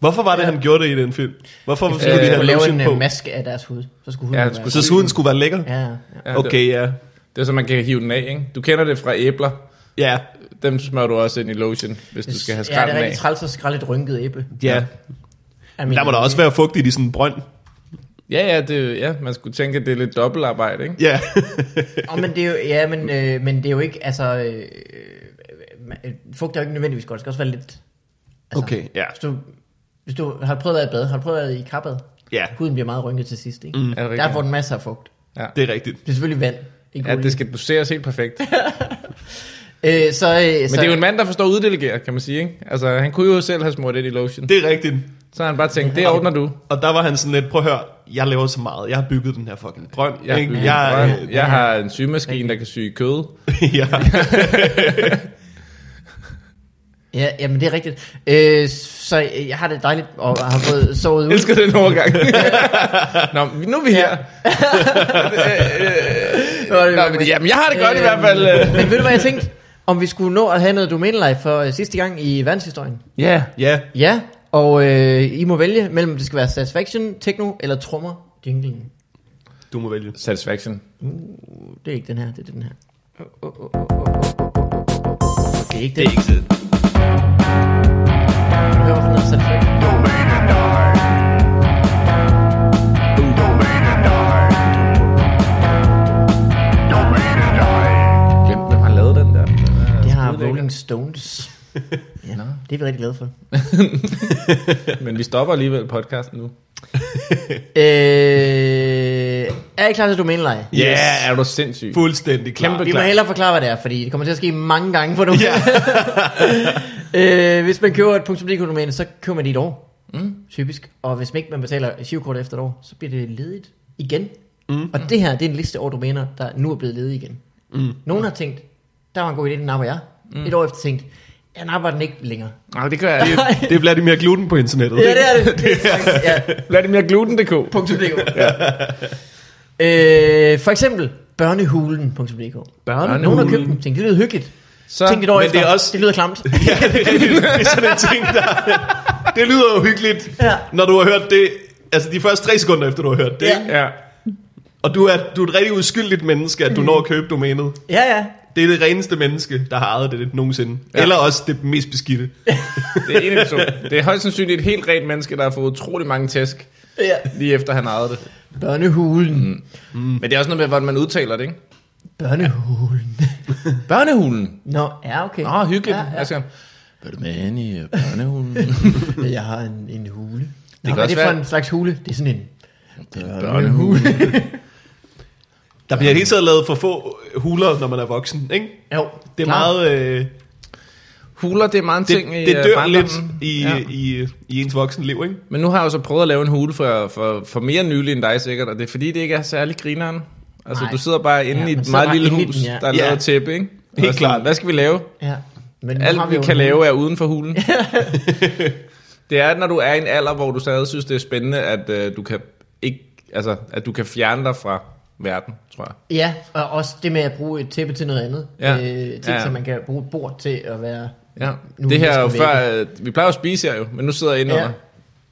Hvorfor var det, han gjorde det i den film? Hvorfor skulle øh, de skulle have lave en lotion øh, på? maske af deres hud, så skulle huden Ja, ja, det være... skulle- Så huden skulle være lækker? Ja, ja. Ja, det- Okay, ja. Det er så, man kan hive den af, ikke? Du kender det fra æbler. Ja, Dem smører du også ind i lotion, hvis du skal have ja, det skralden er ja, rigtig af. træls at skrælle et rynket æble. ja. I Men der må da også være fugtigt i sådan en brønd. Ja, ja, det, ja, man skulle tænke, at det er lidt dobbeltarbejde, ikke? Ja. (laughs) Oh, men det er jo, ja, men, øh, men det er jo ikke, altså, øh, øh, fugt er jo ikke nødvendigvis godt. Det skal også være lidt... Altså, Okay, ja. Hvis du, hvis du har du prøvet at være i bad, har du prøvet at være i karbad? ja, Huden bliver meget rynket til sidst, ikke? Er Mm, det rigtigt? Der får den masser af fugt. det er rigtigt. Det er selvfølgelig vand. Ikke Ja, olie. det skal doseres helt perfekt. øh, så, øh, Men så, det er jo en mand, der forstår at uddelegere, kan man sige, ikke? Altså, han kunne jo selv have smurt ind i lotion. Det er rigtigt. Så har han bare tænkt, det ordner du. Og der var han sådan lidt, prøv at høre, jeg laver så meget. Jeg har bygget den her fucking brønd. Jeg, ikke? jeg, jeg, (laughs) jeg, jeg har en symaskine, der kan syge kød. ja. Ja, jamen det er rigtigt. Øh, så øh, jeg har det dejligt og har fået sovet ud. Jeg elsker den overgang. (laughs) Nå, men nu er vi her. Øh, (laughs) Nå, men, jamen, jeg har det godt i hvert fald. øh. Men ved du hvad jeg tænkte? Om vi skulle nå at have noget domænelej for øh, sidste gang i verdenshistorien? Ja. ja. Ja, og øh, I må vælge mellem, det skal være satisfaction, techno eller trommer. Jinglen. Uh, Du må vælge. Satisfaction. Det er ikke den her, det er den her. Det er Det ikke den. er ikke sådan. Hør, hvorfor den er satisfaction. Glem, hvem har lavet den der? Det har Rolling (laughs) Stones. Ja, det er vi rigtig glade for. Men vi stopper alligevel podcasten nu. Øh, er I klar til domæneleje? Yes. Ja, yeah, er du sindssyg. Fuldstændig klar. Kæmpe Vi må Klar. hellere forklare, hvad det er, fordi det kommer til at ske mange gange for nogen. Yeah. (laughs) øh, hvis man køber et .dk domæne, så køber man det i et år, mm. typisk. Og hvis man ikke man betaler shivkort efter et år, så bliver det ledigt igen. Mm. Og det her, det er en liste over domæner, der nu er blevet ledige igen. Mm. Nogen har tænkt, der var en god idé, den napper jeg. Mm. Et år efter tænkt, jeg napper den ikke længere. Nej, det gør jeg ikke. Det er Vladimir Gluten på internettet. (laughs) Ja, det er det. det er, ja. Vladimir Gluten.dk. .dk. ja. øh, for eksempel børnehulen.dk. Børnehulen. Nogen har købt dem, tænkt, det lyder hyggeligt. Så, Tænk et år men efter. det er også- det lyder klamt. ja, det er rigtigt. Det er sådan en ting, der... Det lyder jo hyggeligt, Ja. når du har hørt det... Altså de første tre sekunder efter, du har hørt det. Ja. ikke? Ja. Og du er, du er et rigtig uskyldigt menneske, at du når at købe domænet. ja, ja. Det er det reneste menneske, der har ejet det nogensinde. Ja. Eller også det mest beskidte. Det er en af de to. Det er højst sandsynligt et helt rent menneske, der har fået utrolig mange tæsk, ja. lige efter han ejede det. Børnehulen. Mm. Men det er også noget med, hvordan man udtaler det, ikke? Børnehulen. Børnehulen. Nå, ja, okay. Åh, oh, hyggeligt. Ja, ja. Altså, vil du med ind i øh, (laughs) børnehulen? Jeg har en, en hule. Nå, det kan kan hvad er også det for være- en slags hule? Det er sådan en... børnehule. (laughs) Der bliver helt taget lavet for få huler, når man er voksen. Ikke? Jo, Det er klar. meget... Øh, Huler, det er meget en det, ting i det øh, dør barndommen. lidt i, Ja. ja. i, i ens voksenliv, ikke? Men nu har jeg jo så prøvet at lave en hule for, for, for mere nylig end dig sikkert, og det er fordi, det ikke er særlig grineren. Altså, Nej. du sidder bare inde Ja, ja, i man et sidder meget bare lille inde i hus, den, ja. der er Ja. lavet af tæppe, ikke? Og Helt sådan, klart. Hvad skal vi lave? Ja. Men nu har Alt vi jo kan en lave er uden for (laughs) hulen. det er, når du er i en alder, hvor du stadig synes, det er spændende, at, øh, du, kan ikke, altså, at du kan fjerne dig fra verden, tror jeg. hule. Ja, og også det med at bruge et tæppe til noget andet. Ja. Øh, ting, Ja, ja. så man kan bruge et bord til at være... Ja. Nu Nu er det her er jo næsten før, øh, vi plejer jo at spise her jo, men nu sidder jeg inde Ja. under.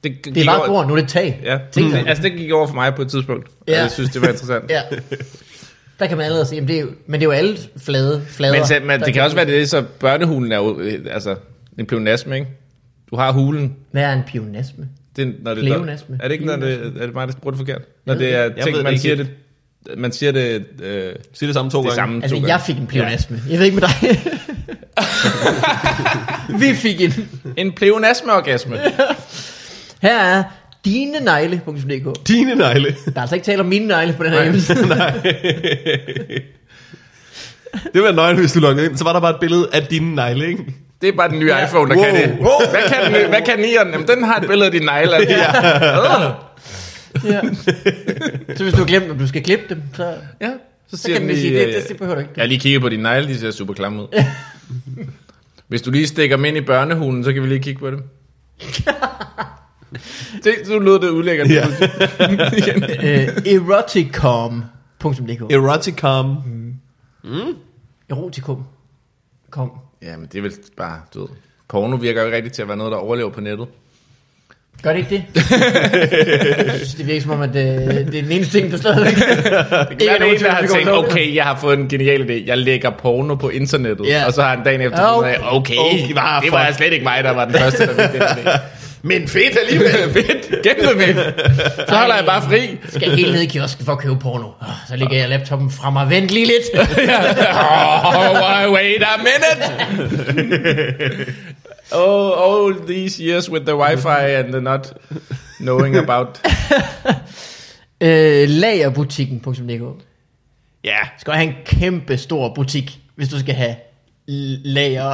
Det, g- Det gik er bare over- et bord, nu er det et tag. Ja, Tænk det, dig. altså det gik over for mig på et tidspunkt, ja. Ja. og jeg synes, det var (laughs) interessant. ja. Der kan man allerede se, jamen det er jo, men det er jo alle flade flader. Men, så, men der det kan også være, det er det, så børnehulen er jo øh, altså, en pleonasme, ikke? Du har hulen. Hvad er en pionasme? Det, er, når det Pleonasme. Er det ikke, når det, er det mig, der bruger det forkert? Når Jeg det ved er ikke. Jeg ting, ved man det siger ikke. det, man siger det, øh, Sig det samme to det gange. samme Altså, to jeg gange. fik en pleonasme. Jeg ved ikke (laughs) med dig. Vi fik en. En pleonasmeorgasme. Her er dinenegle.dk. Dine negle. (laughs) Der er altså ikke tale om mine negle på den her Nej. hjemmeside. Det var nøgen, hvis du loggede ind. Så var der bare et billede af dine negle, ikke? Det er bare den nye iPhone, der Wow. kan det. Hvad kan, den, hvad kan nieren? Jamen, den har et billede af din negle. Ja. Ja. Så hvis du har glemt, om du skal klippe dem, så, ja. så Så siger kan den man sige, lige, det, det, øh, det behøver du ikke. Jeg har lige kigget på dine negle, de ser super klamme ud. Hvis du lige stikker dem ind i børnehulen, så kan vi lige kigge på (laughs) dem. det, så lød det udlækkert. Ja. Ja. Igen. Øh, eroticom.dk Eroticom. Erotikum. Kom. Jamen, det er vel bare, du ved, porno virker jo ikke rigtigt til at være noget, der overlever på nettet. Gør det ikke det? jeg synes, det virker som om, at øh, det er den eneste ting, der stadigvæk (laughs) Det er nogen, der har vi går tænkt, på. okay, jeg har fået en genial idé. Jeg lægger porno på internettet. Ja. Og så har han dagen efter Ja, sådan, okay, Okay, okay hvad det var fuck. slet ikke mig, der var den første, der fik den (laughs) idé. Men fedt alligevel. (laughs) Fedt, gennem det. Så holder jeg bare fri. Skal helt ned i kiosken for at købe porno. Åh, Så ligger jeg laptopen frem og vent lige lidt. (laughs) (laughs) oh, wait a minute! (laughs) oh, all these years with the wifi and the not knowing (laughs) about. øh, lagerbutikken.dk Ja, Du skal have en kæmpe stor butik, hvis du skal have l- lager.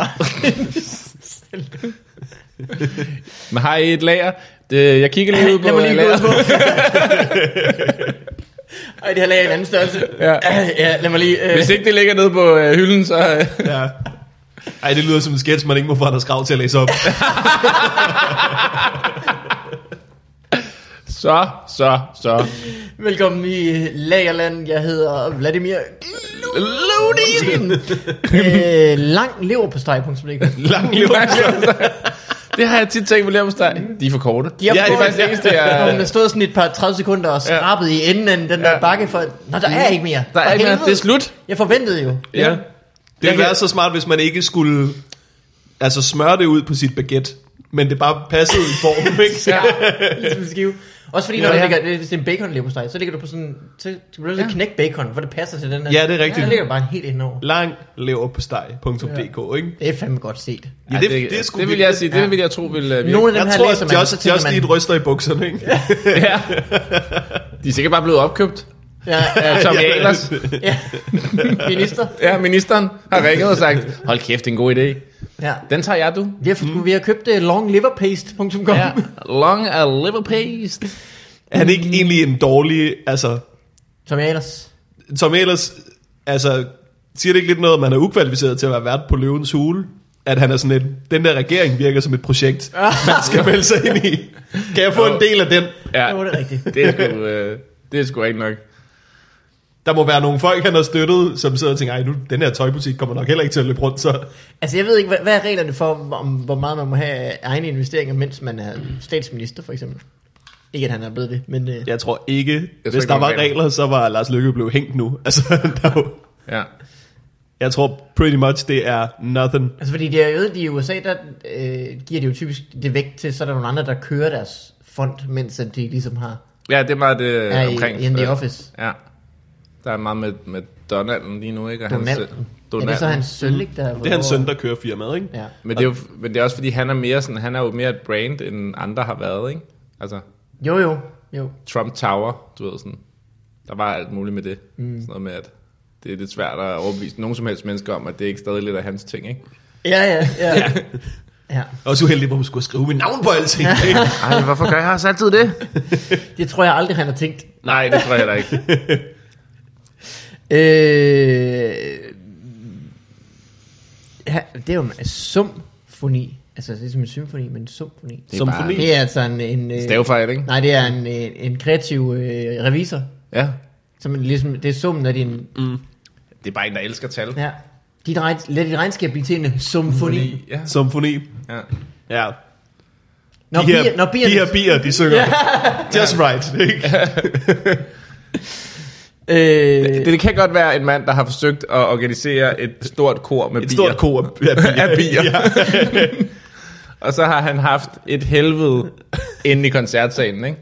Men har I et lager? Det, jeg kigger (laughs) (laughs) lige ud på øh, Lad mig lige gå lager. ud på. (laughs) Ej, det her lager er en anden størrelse. Ja. (clears throat) ja lad mig lige... Øh, Hvis ikke det ligger nede på øh, hylden, så... Øh, (laughs) ja. Ej, det lyder som en sketch, man ikke må få Anders Grav til at (laughs) læse op. så, så, så. Velkommen i øh, Lagerland. Jeg hedder Vladimir (laughs) Gludin. øh, lang lever på steg.dk. Lang (laughs) liv. altså. det har jeg tit tænkt på leverpostej. De er for korte. De har Ja, det er fået- faktisk det eneste, jeg- Når man har stået sådan et par 30 sekunder og skrabet ja. i enden af den der Ja. Mm. bakke for... Nå, der er ikke mere. Der For er ikke mere. helvede. Det er slut. Jeg forventede jo. Ja. Det Jeg ville kan- være så smart, hvis man ikke skulle altså smøre det ud på sit baguette, men det bare passede i (laughs) formen, ikke? Ja. (laughs) Ligesom en skive. Også fordi, når Ja, ja, ja. ja. Ligger, hvis det er en bacon lever på steg, så ligger du på sådan... Så skal du ja. knække bacon, for det passer til den her. Ja, det er rigtigt. Der ligger du bare helt indover. Lang lever på steg.dk, ikke? Det er fandme godt set. Ja, det, det, det, det vil jeg sige, det vil jeg tro vil øh, virke. Nogle af dem Jeg her tror, læser at man, så Just, tænker just man- Eat ryster i bukserne, ikke? Ja. De er sikkert bare blevet opkøbt. Ja, ja, Som ja, ellers. (laughs) ja. Minister. Ja, ministeren har ringet og sagt, hold kæft, det er en god idé. Ja. Den tager jeg, du. Vi har, mm. vi har købt uh, longliverpaste.com. Ja. Long a liver paste. Er han ikke egentlig en dårlig, altså... (laughs) Som jeg ellers. Tom ellers, altså... Siger det ikke lidt noget, at man er ukvalificeret til at være vært på løvens hule? At han er sådan en... Den der regering virker som et projekt, man skal melde sig ind i. Kan jeg få en del af den? Ja, Ja. Det var det rigtigt. det er sgu, øh, det er sgu ikke nok. Der må være nogle folk, han har støttet, som sidder og tænker, ej, nu, den her tøjbutik kommer nok heller ikke til at løbe rundt, så... Altså jeg ved ikke, hvad, hvad er reglerne for, om, hvor meget man må have af egne investeringer, mens man er statsminister for eksempel? Ikke at han er blevet det, men øh, ja. Jeg tror ikke, tror hvis ikke, der der var er regler. regler, så var Lars Løkke blevet hængt nu. (laughs) Altså, der var, Ja. jeg tror pretty much, det er nothing. altså fordi det er jo i USA, der øh, giver det jo typisk det væk til, så er der nogle andre, der kører deres fond, mens at de ligesom har ja, det er meget det øh, er omkring. i, in the øh, office. Ja. Der er meget med, med Donalden lige nu, ikke? Og Donald. Hans, øh, Ja, Donalden. det er så hans søn, ikke? Der, Mm. Det er hans søn, der kører firmaet, ikke? (laughs) Ja. Men det, er jo, men det er også fordi, han er, mere sådan, han er jo mere et brand, end andre har været, ikke? Altså, Jo, jo, jo. Trump Tower, du ved sådan. Der var alt muligt med det. Mm. Sådan noget med, at det er lidt svært at overbevise nogen som helst mennesker om, at det ikke stadig lidt er hans ting, ikke? Ja, ja, ja. (laughs) ja. Også uheldig, hvor hun skulle skrive mit navn på alting. ikke? Ej, hvorfor gør jeg også altid det? Det tror jeg aldrig, han har tænkt. Nej, det tror jeg heller ikke. Øh, ja, det er jo en symfoni. Altså, det er som en symfoni, men en symfoni. Det er Som bare- forni. Det er altså en... en øh, Stavefejl, ikke? Nej, det er en, en, en kreativ øh, revisor. Ja. Som en, ligesom, det er summen af din... Det er bare en, der elsker tal. Ja, dit regn, lad dit regnskab blive til en symfoni. Ja. Som forni. ja. Ja. Når, de, her, bier, når bierne, de her bier, de synger. Just right. Ikke? øh, Det, det kan godt være en mand, der har forsøgt at organisere et stort kor med Et bier. stort ko af, af bier. Af bier. (laughs) Ja. Og så har han haft et helvede inde i koncertsalen, ikke?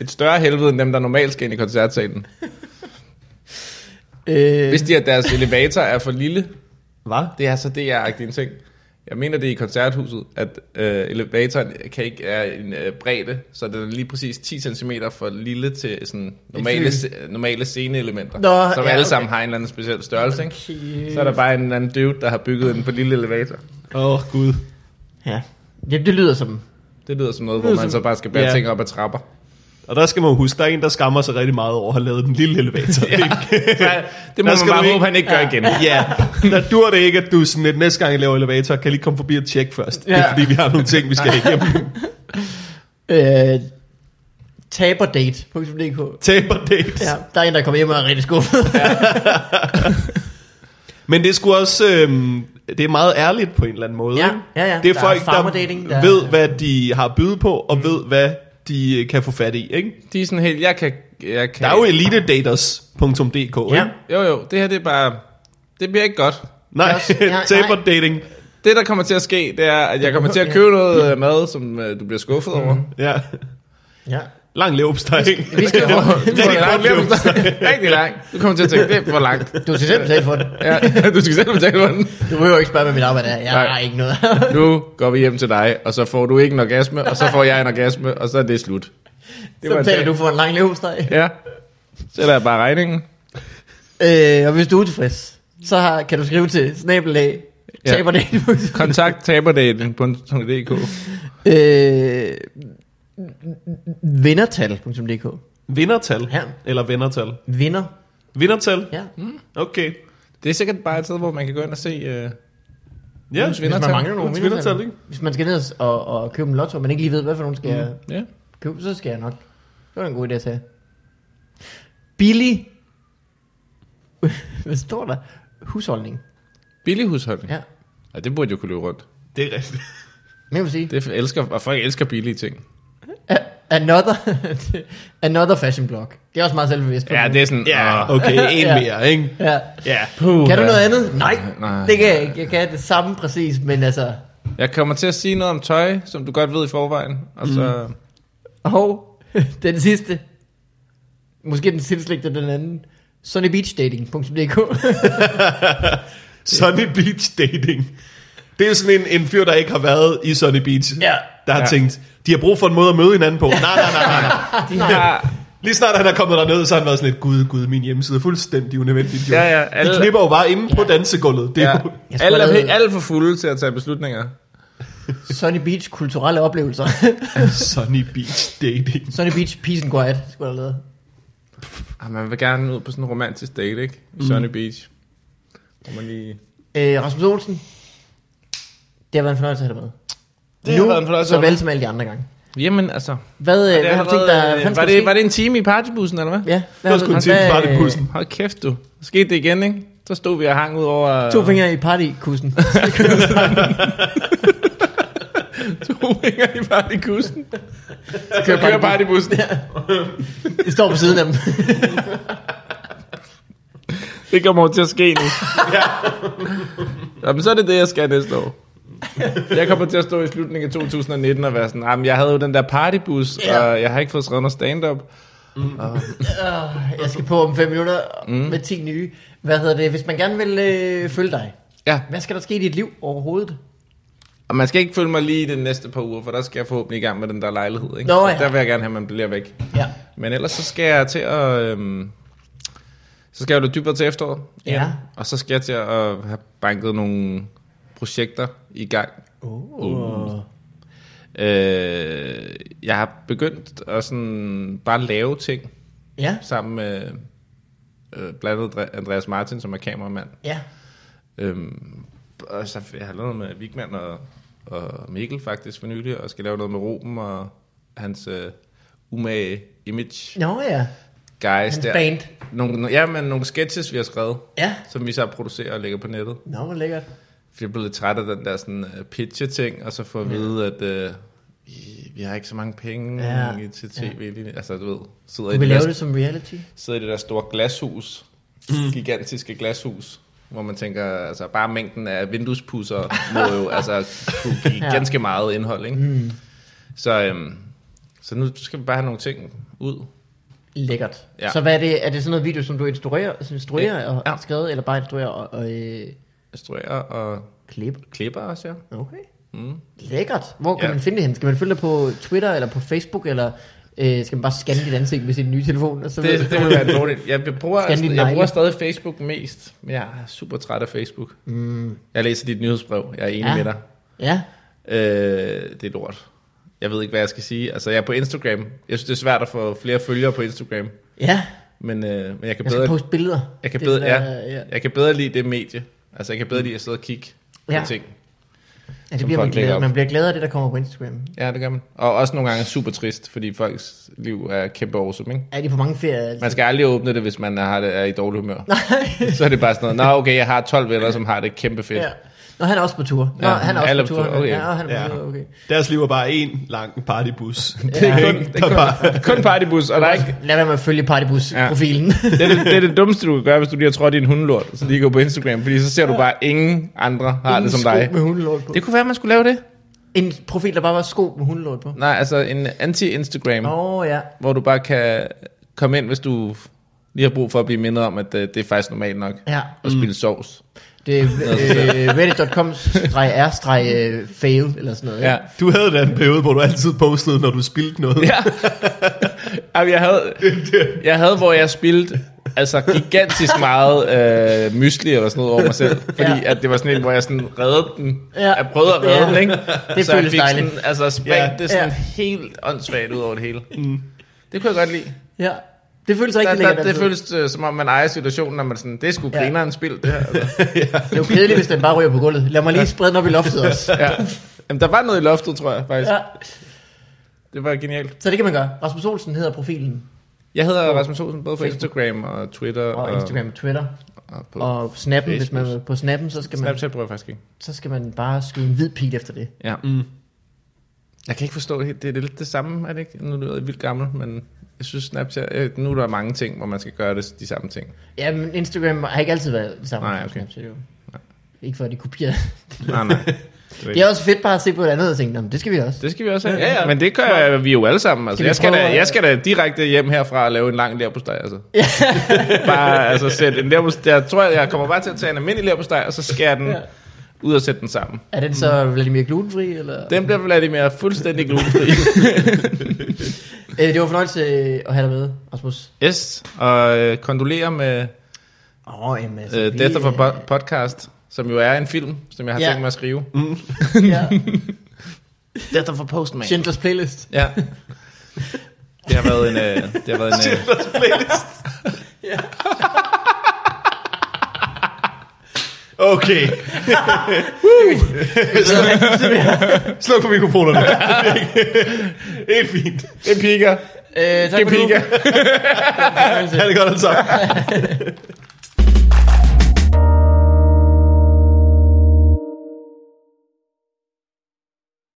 Et større helvede end dem, der normalt skal ind i koncertsalen. øh, Hvis de at deres elevator er for lille, Hvad? det er så DR-agtigt en ting. Jeg mener det er i koncerthuset, at øh, elevatoren kan ikke er en øh, bredde, så den er lige præcis 10 cm for lille til sådan normale, se- normale sceneelementer, Nå, som ja, alle okay. sammen har en eller anden speciel størrelse. Ikke? Okay. Så er der bare en eller anden dude, der har bygget en for lille elevator. Åh, oh, Gud. ja. Jamen, det lyder som... Det lyder som noget, hvor man så bare skal bære Ja. ting op ad trapper. Og der skal man huske, der er en, der skammer sig rigtig meget over at have lavet den lille elevator. ja. (laughs) Ja, det Der må man skal bare du håbe, ikke- han ikke gør igen. ja, der dur det ikke, at du sådan lidt, næste gang jeg laver elevator, kan jeg lige komme forbi og tjekke først. Ja. Det er Ja. fordi, vi har nogle ting, vi skal have (laughs) igennem. Øh, taberdate.dk Taper dates. Ja, der er en, der kommer hjem og er rigtig skuffet. Men det skulle også... Øhm, det er meget ærligt på en eller anden måde. Ja, ikke? ja, ja. Det er Der er folk, der, farmerdating, der der- ved, hvad de har at byde på, og mm. ved, hvad de øh, kan få fat i. Ikke? De er sådan helt, jeg kan... Jeg kan Der er jo elitedaters.dk. ikke? Ja. jo, jo, det her det er bare... Det bliver ikke godt. Nej, Jeg er også- (laughs) jeg- taper nej. dating. Det, der kommer til at ske, det er, at jeg kommer til at købe noget øh, mad, som øh, du bliver skuffet over. Ja. Ja. Lang leverpostej. ikke? (laughs) Vi skal jo... (laughs) Det er langt. (laughs) Rigtig langt. Du kommer til at tænke, det er for langt. Du skal selv betale for det. Ja, (laughs) du skal selv betale for den. Du behøver ikke spørge, hvad mit arbejde er. Jeg Nej. har ikke noget. Nu går vi hjem til dig, og så får du ikke en orgasme, og så får jeg en orgasme, og så er det slut. Det (laughs) Så en betaler dag. du for en lang levesteg. Ja. Så er der bare regningen. Øh, og hvis du er utilfreds, så har, kan du skrive til snabelag, Ja. taber det Kontakt taberdating.dk øh, vindertal.dk Vindertal. Ja. Eller vennertal. Vinder, Vindertal? ja. Okay. Det er sikkert bare et sted, hvor man kan gå ind og se... Uh... Ja, Ugens Hvis Vindertal. man mangler nogle Ugens vindertal. vindertal, ikke? Hvis man skal ned og, og købe en lotto, men ikke lige ved, hvad for nogen skal mm. Ja. købe, så skal jeg nok. Det var en god idé at tage. Billig. (laughs) hvad står der? Husholdning. Billig husholdning. Ja. Ja. ja. det burde jo kunne løbe rundt. Det er rigtigt. Men jeg vil sige, Det elsker, og folk elsker billige ting. a- another, (laughs) another fashion blog. Det er også meget selvbevidst. på (laughs) Ja, den. det er sådan... Ja, Ah, åh, okay. (laughs) En Ja. mere, ikke? Ja. Ja. puh, Kan du Uh, ja. noget andet? Nej, Nej. det kan jeg ikke. Jeg kan det samme præcis, men altså... (laughs) Jeg kommer til at sige noget om tøj, som du godt ved i forvejen. Og så... Mm. Og den sidste. Måske den tilslægte den anden. Sunnybeachdating.dk Sunny Beach Dating. Det er jo sådan en, en fyr, der ikke har været i Sunny Beach. (laughs) Ja. Der har Ja. ja. tænkt, de har brug for en måde at møde hinanden på. Nej, nej, nej, nej. nej. (laughs) De har, (laughs) Lige snart han er kommet derned, så har han været sådan lidt, gud, gud, min hjemmeside er fuldstændig unødvendigt. Jo. Ja, ja, De alle- knipper jo bare inde på dansegulvet. Det er ja. jo- Jeg skulle alle, er, allerede- helt- alt for fulde til at tage beslutninger. Sunny Beach kulturelle oplevelser. (laughs) Sunny Beach Dating. Sunny Beach Peace and Quiet, skulle jeg have lavet. Ah, man vil gerne ud på sådan en romantisk date, ikke? I Mm. Sunny Beach. Hvor man lige... Øh, Rasmus Olsen. Det har været en fornøjelse at have dig med. Det har været en fornøjelse at have Såvel som alle de andre gange. Jamen, altså... Hvad, øh, Det hvad har har du tænkt dig? været, hvad øh, var, skal der det, ske? var det en time i partybussen, eller hvad? Ja, Det var sgu en hvad- time i hvad- partybussen. Hold kæft, du. Så skete det igen, ikke? Så stod vi og hang ud over... To fingre i partykussen. (laughs) to fingre i partybussen. Så kører, kører partybussen. Det står på siden af (laughs) dem. Det kommer jo til at (laughs) ske nu. ja. Jamen, så er det det, jeg skal næste år. Jeg kommer til at stå i slutningen af 2019 og være sådan, jamen, jeg havde jo den der partybus, Ja. ja. og jeg har ikke fået skrevet noget stand-up. Øh, jeg skal på om 5 minutter mm. med 10 nye. Hvad hedder det? Hvis man gerne vil øh, følge dig, Ja, hvad skal der ske i dit liv overhovedet? og man skal ikke følge mig lige i de næste par uger, for der skal jeg forhåbentlig i gang med den der lejlighed. Ikke? Nå, Så ja. Der vil jeg gerne have, at man bliver væk. Ja. Men ellers så skal jeg til at... Øhm, så skal jeg jo lidt dybere til efteråret. igen. Ja. Og så skal jeg til at have banket nogle projekter i gang. Oh. Øh, jeg har begyndt at sådan bare lave ting Ja, sammen med øh, blandt andet Dre- Andreas Martin, som er kameramand. ja. Øhm, og så jeg har lavet noget med Vigman og, og Mikkel faktisk for nylig, og skal lave noget med Ruben og hans øh, umage image Nå ja, guys hans der. band. Nogle, ja, men nogle sketches, vi har skrevet, Ja, som vi så producerer og lægger på nettet. nå hvor lækkert. For jeg blev lidt træt af den der sådan, øh, pitche-ting, og så få at vide, at øh, vi- vi har ikke så mange penge Ja, ja, til tv. Ja. Altså, du ved, sidder, Du i vil det lave der, det Mm. som reality? sidder i det der store glashus, gigantiske glashus, hvor man tænker, altså bare mængden af vinduespusser må (laughs) jo altså kunne give Ja. ganske meget indhold, ikke? Mm. Så, øhm, så nu skal vi bare have nogle ting ud. Lækkert. Ja. Ja. Så hvad er det? Er det sådan noget video, som du instruerer, som instruerer og Ja. har skrevet, eller bare instruerer og, og øh, Instruere og klipper? klipper også, ja. Okay. Mm. Lækkert. Hvor kan ja. Ja. man finde det hen? Skal man følge dig på Twitter eller på Facebook, eller øh, skal man bare scanne dit ansigt med sin nye telefon? Og så Det, det vil være en fordel. Jeg bruger, Skal den i jeg bruger negle? stadig Facebook mest, men jeg er super træt af Facebook. Mm, Jeg læser dit nyhedsbrev, jeg er enig Ja. ja. med dig. ja. Øh, det er lort. Jeg ved ikke, hvad jeg skal sige. Altså, jeg er på Instagram. Jeg synes, det er svært at få flere følgere på Instagram. Ja, Men, øh, men jeg kan jeg skal bedre... poste billeder. Jeg kan Det er bedre- sådan, øh, ja. Jeg kan bedre lide det medie. Altså, jeg kan bedre lide at sidde og kigge på Ja. ja. ting. ja, det som bliver man folk lægger glad. op. Man bliver glad af det, der kommer på Instagram. Ja, det gør man. Og også nogle gange super trist, fordi folks liv er kæmpe awesome, ikke? Er de på mange ferier? (laughs) Man skal aldrig åbne det, hvis man har det, er i dårlig humør. Nej. Så er det bare sådan noget, nå okay, jeg har 12 venner, som har det kæmpe fedt. Ja. Nå, han er også på tur. Nå, Ja, ja, han er også alle på er på tur. tur, okay. Ja, han er Ja. på tur, okay. Deres liv er bare en lang partybus. Det Det er kun, ikke- det er kun, bare- kun partybus, og der er ikke, Lad være med at følge partybus-profilen. (laughs) det, er det, det er det dummeste, du kan gøre, hvis du lige har trådt i en hundelort, så lige går på Instagram, fordi så ser du bare, at ingen andre har det som dig. med hundelort på. Det kunne være, at man skulle lave det. En profil, der bare var sko med hundelort på. Nej, altså en anti-Instagram, Åh, oh, ja. hvor du bare kan komme ind, hvis du lige har brug for at blive mindet om, at øh, det er faktisk normalt nok Ja, at spille sovs. det er øh, reddit.com-r-fail øh, eller sådan noget. (laughs) Ja. Du havde da en periode, hvor du altid postede, når du spildte noget. Ja. Jamen, jeg havde, jeg havde, hvor jeg spildte altså gigantisk meget øh, mysli eller sådan noget over mig selv. Fordi Ja. ja. at det var sådan en, hvor jeg sådan reddede den. Ja. Ja. Jeg prøvede at redde Ja. ja. den, ikke? Det så jeg føles fik dejligt. Sådan, altså sprængt Ja. ja. det sådan Ja. ja. helt åndssvagt ud over det hele. Mm. Det kunne jeg godt lide. ja. Det føles Der, rigtig der, lækkert. det altid. føles øh, som om, man ejer situationen, når man sådan, det er sgu Ja. grineren spil, (laughs) det her. Altså. Det er jo kedeligt, hvis den bare ryger på gulvet. Lad mig lige sprede den op i loftet også. Ja. Jamen, der var noget i loftet, tror jeg faktisk. Ja. (laughs) Ja. Det var genialt. Så det kan man gøre. Rasmus Olsen hedder profilen. Jeg hedder Rasmus Olsen, både på Instagram og Twitter. Og Instagram, Twitter Og på og Snappen. Hvis man Facebook. er på Snappen, så skal man, Snapchat bruger jeg faktisk ikke. så skal man bare skyde en hvid pil efter det. Ja. Mm. Jeg kan ikke forstå det helt. Det er lidt det samme, er det ikke? Nu er jeg vildt gammel, men jeg synes Snapchat... Øh, nu er der mange ting, hvor man skal gøre det, de samme ting. Ja, men Instagram har ikke altid været det samme. Nej, som okay. Snapchat, jo. Ikke for at de kopierer. Nej, nej. Det er også fedt bare at se på et andet og tænke, "Nå, men det skal vi også. Det skal vi også have. Ja, ja. Men det gør jeg, vi jo alle sammen. Altså, vi jeg, skal prøve da, at- jeg skal da direkte hjem herfra og lave en lang lærpostej. Altså. (laughs) bare altså, sæt en lærpostej. Jeg tror, jeg kommer bare til at tage en almindelig lærpostej, og så skærer den Ja. ud og sætte den sammen. Er den så Vladimir glutenfri? Eller? Den bliver Vladimir fuldstændig glutenfri. Øh, det var en fornøjelse øh, at have dig med, Rasmus. yes, og øh, kondolerer med Åh, oh, jamen altså. øh, vi, Death of a øh, Bo- Podcast, som jo er en film, som jeg har Ja. ja. tænkt mig at skrive. ja. Death of a Postman. Schindlers Playlist. Øh, (laughs) Ja. Det har været en... Øh, (laughs) det har været en øh, Schindlers playlist. Ja. (laughs) Okay. (laughs) Woo! Sluk for mikrofonerne. (laughs) Helt fint. en piker. Øh, tak Det for nu. (laughs) piker. Det var en fornøjelse. Ha' det godt altså.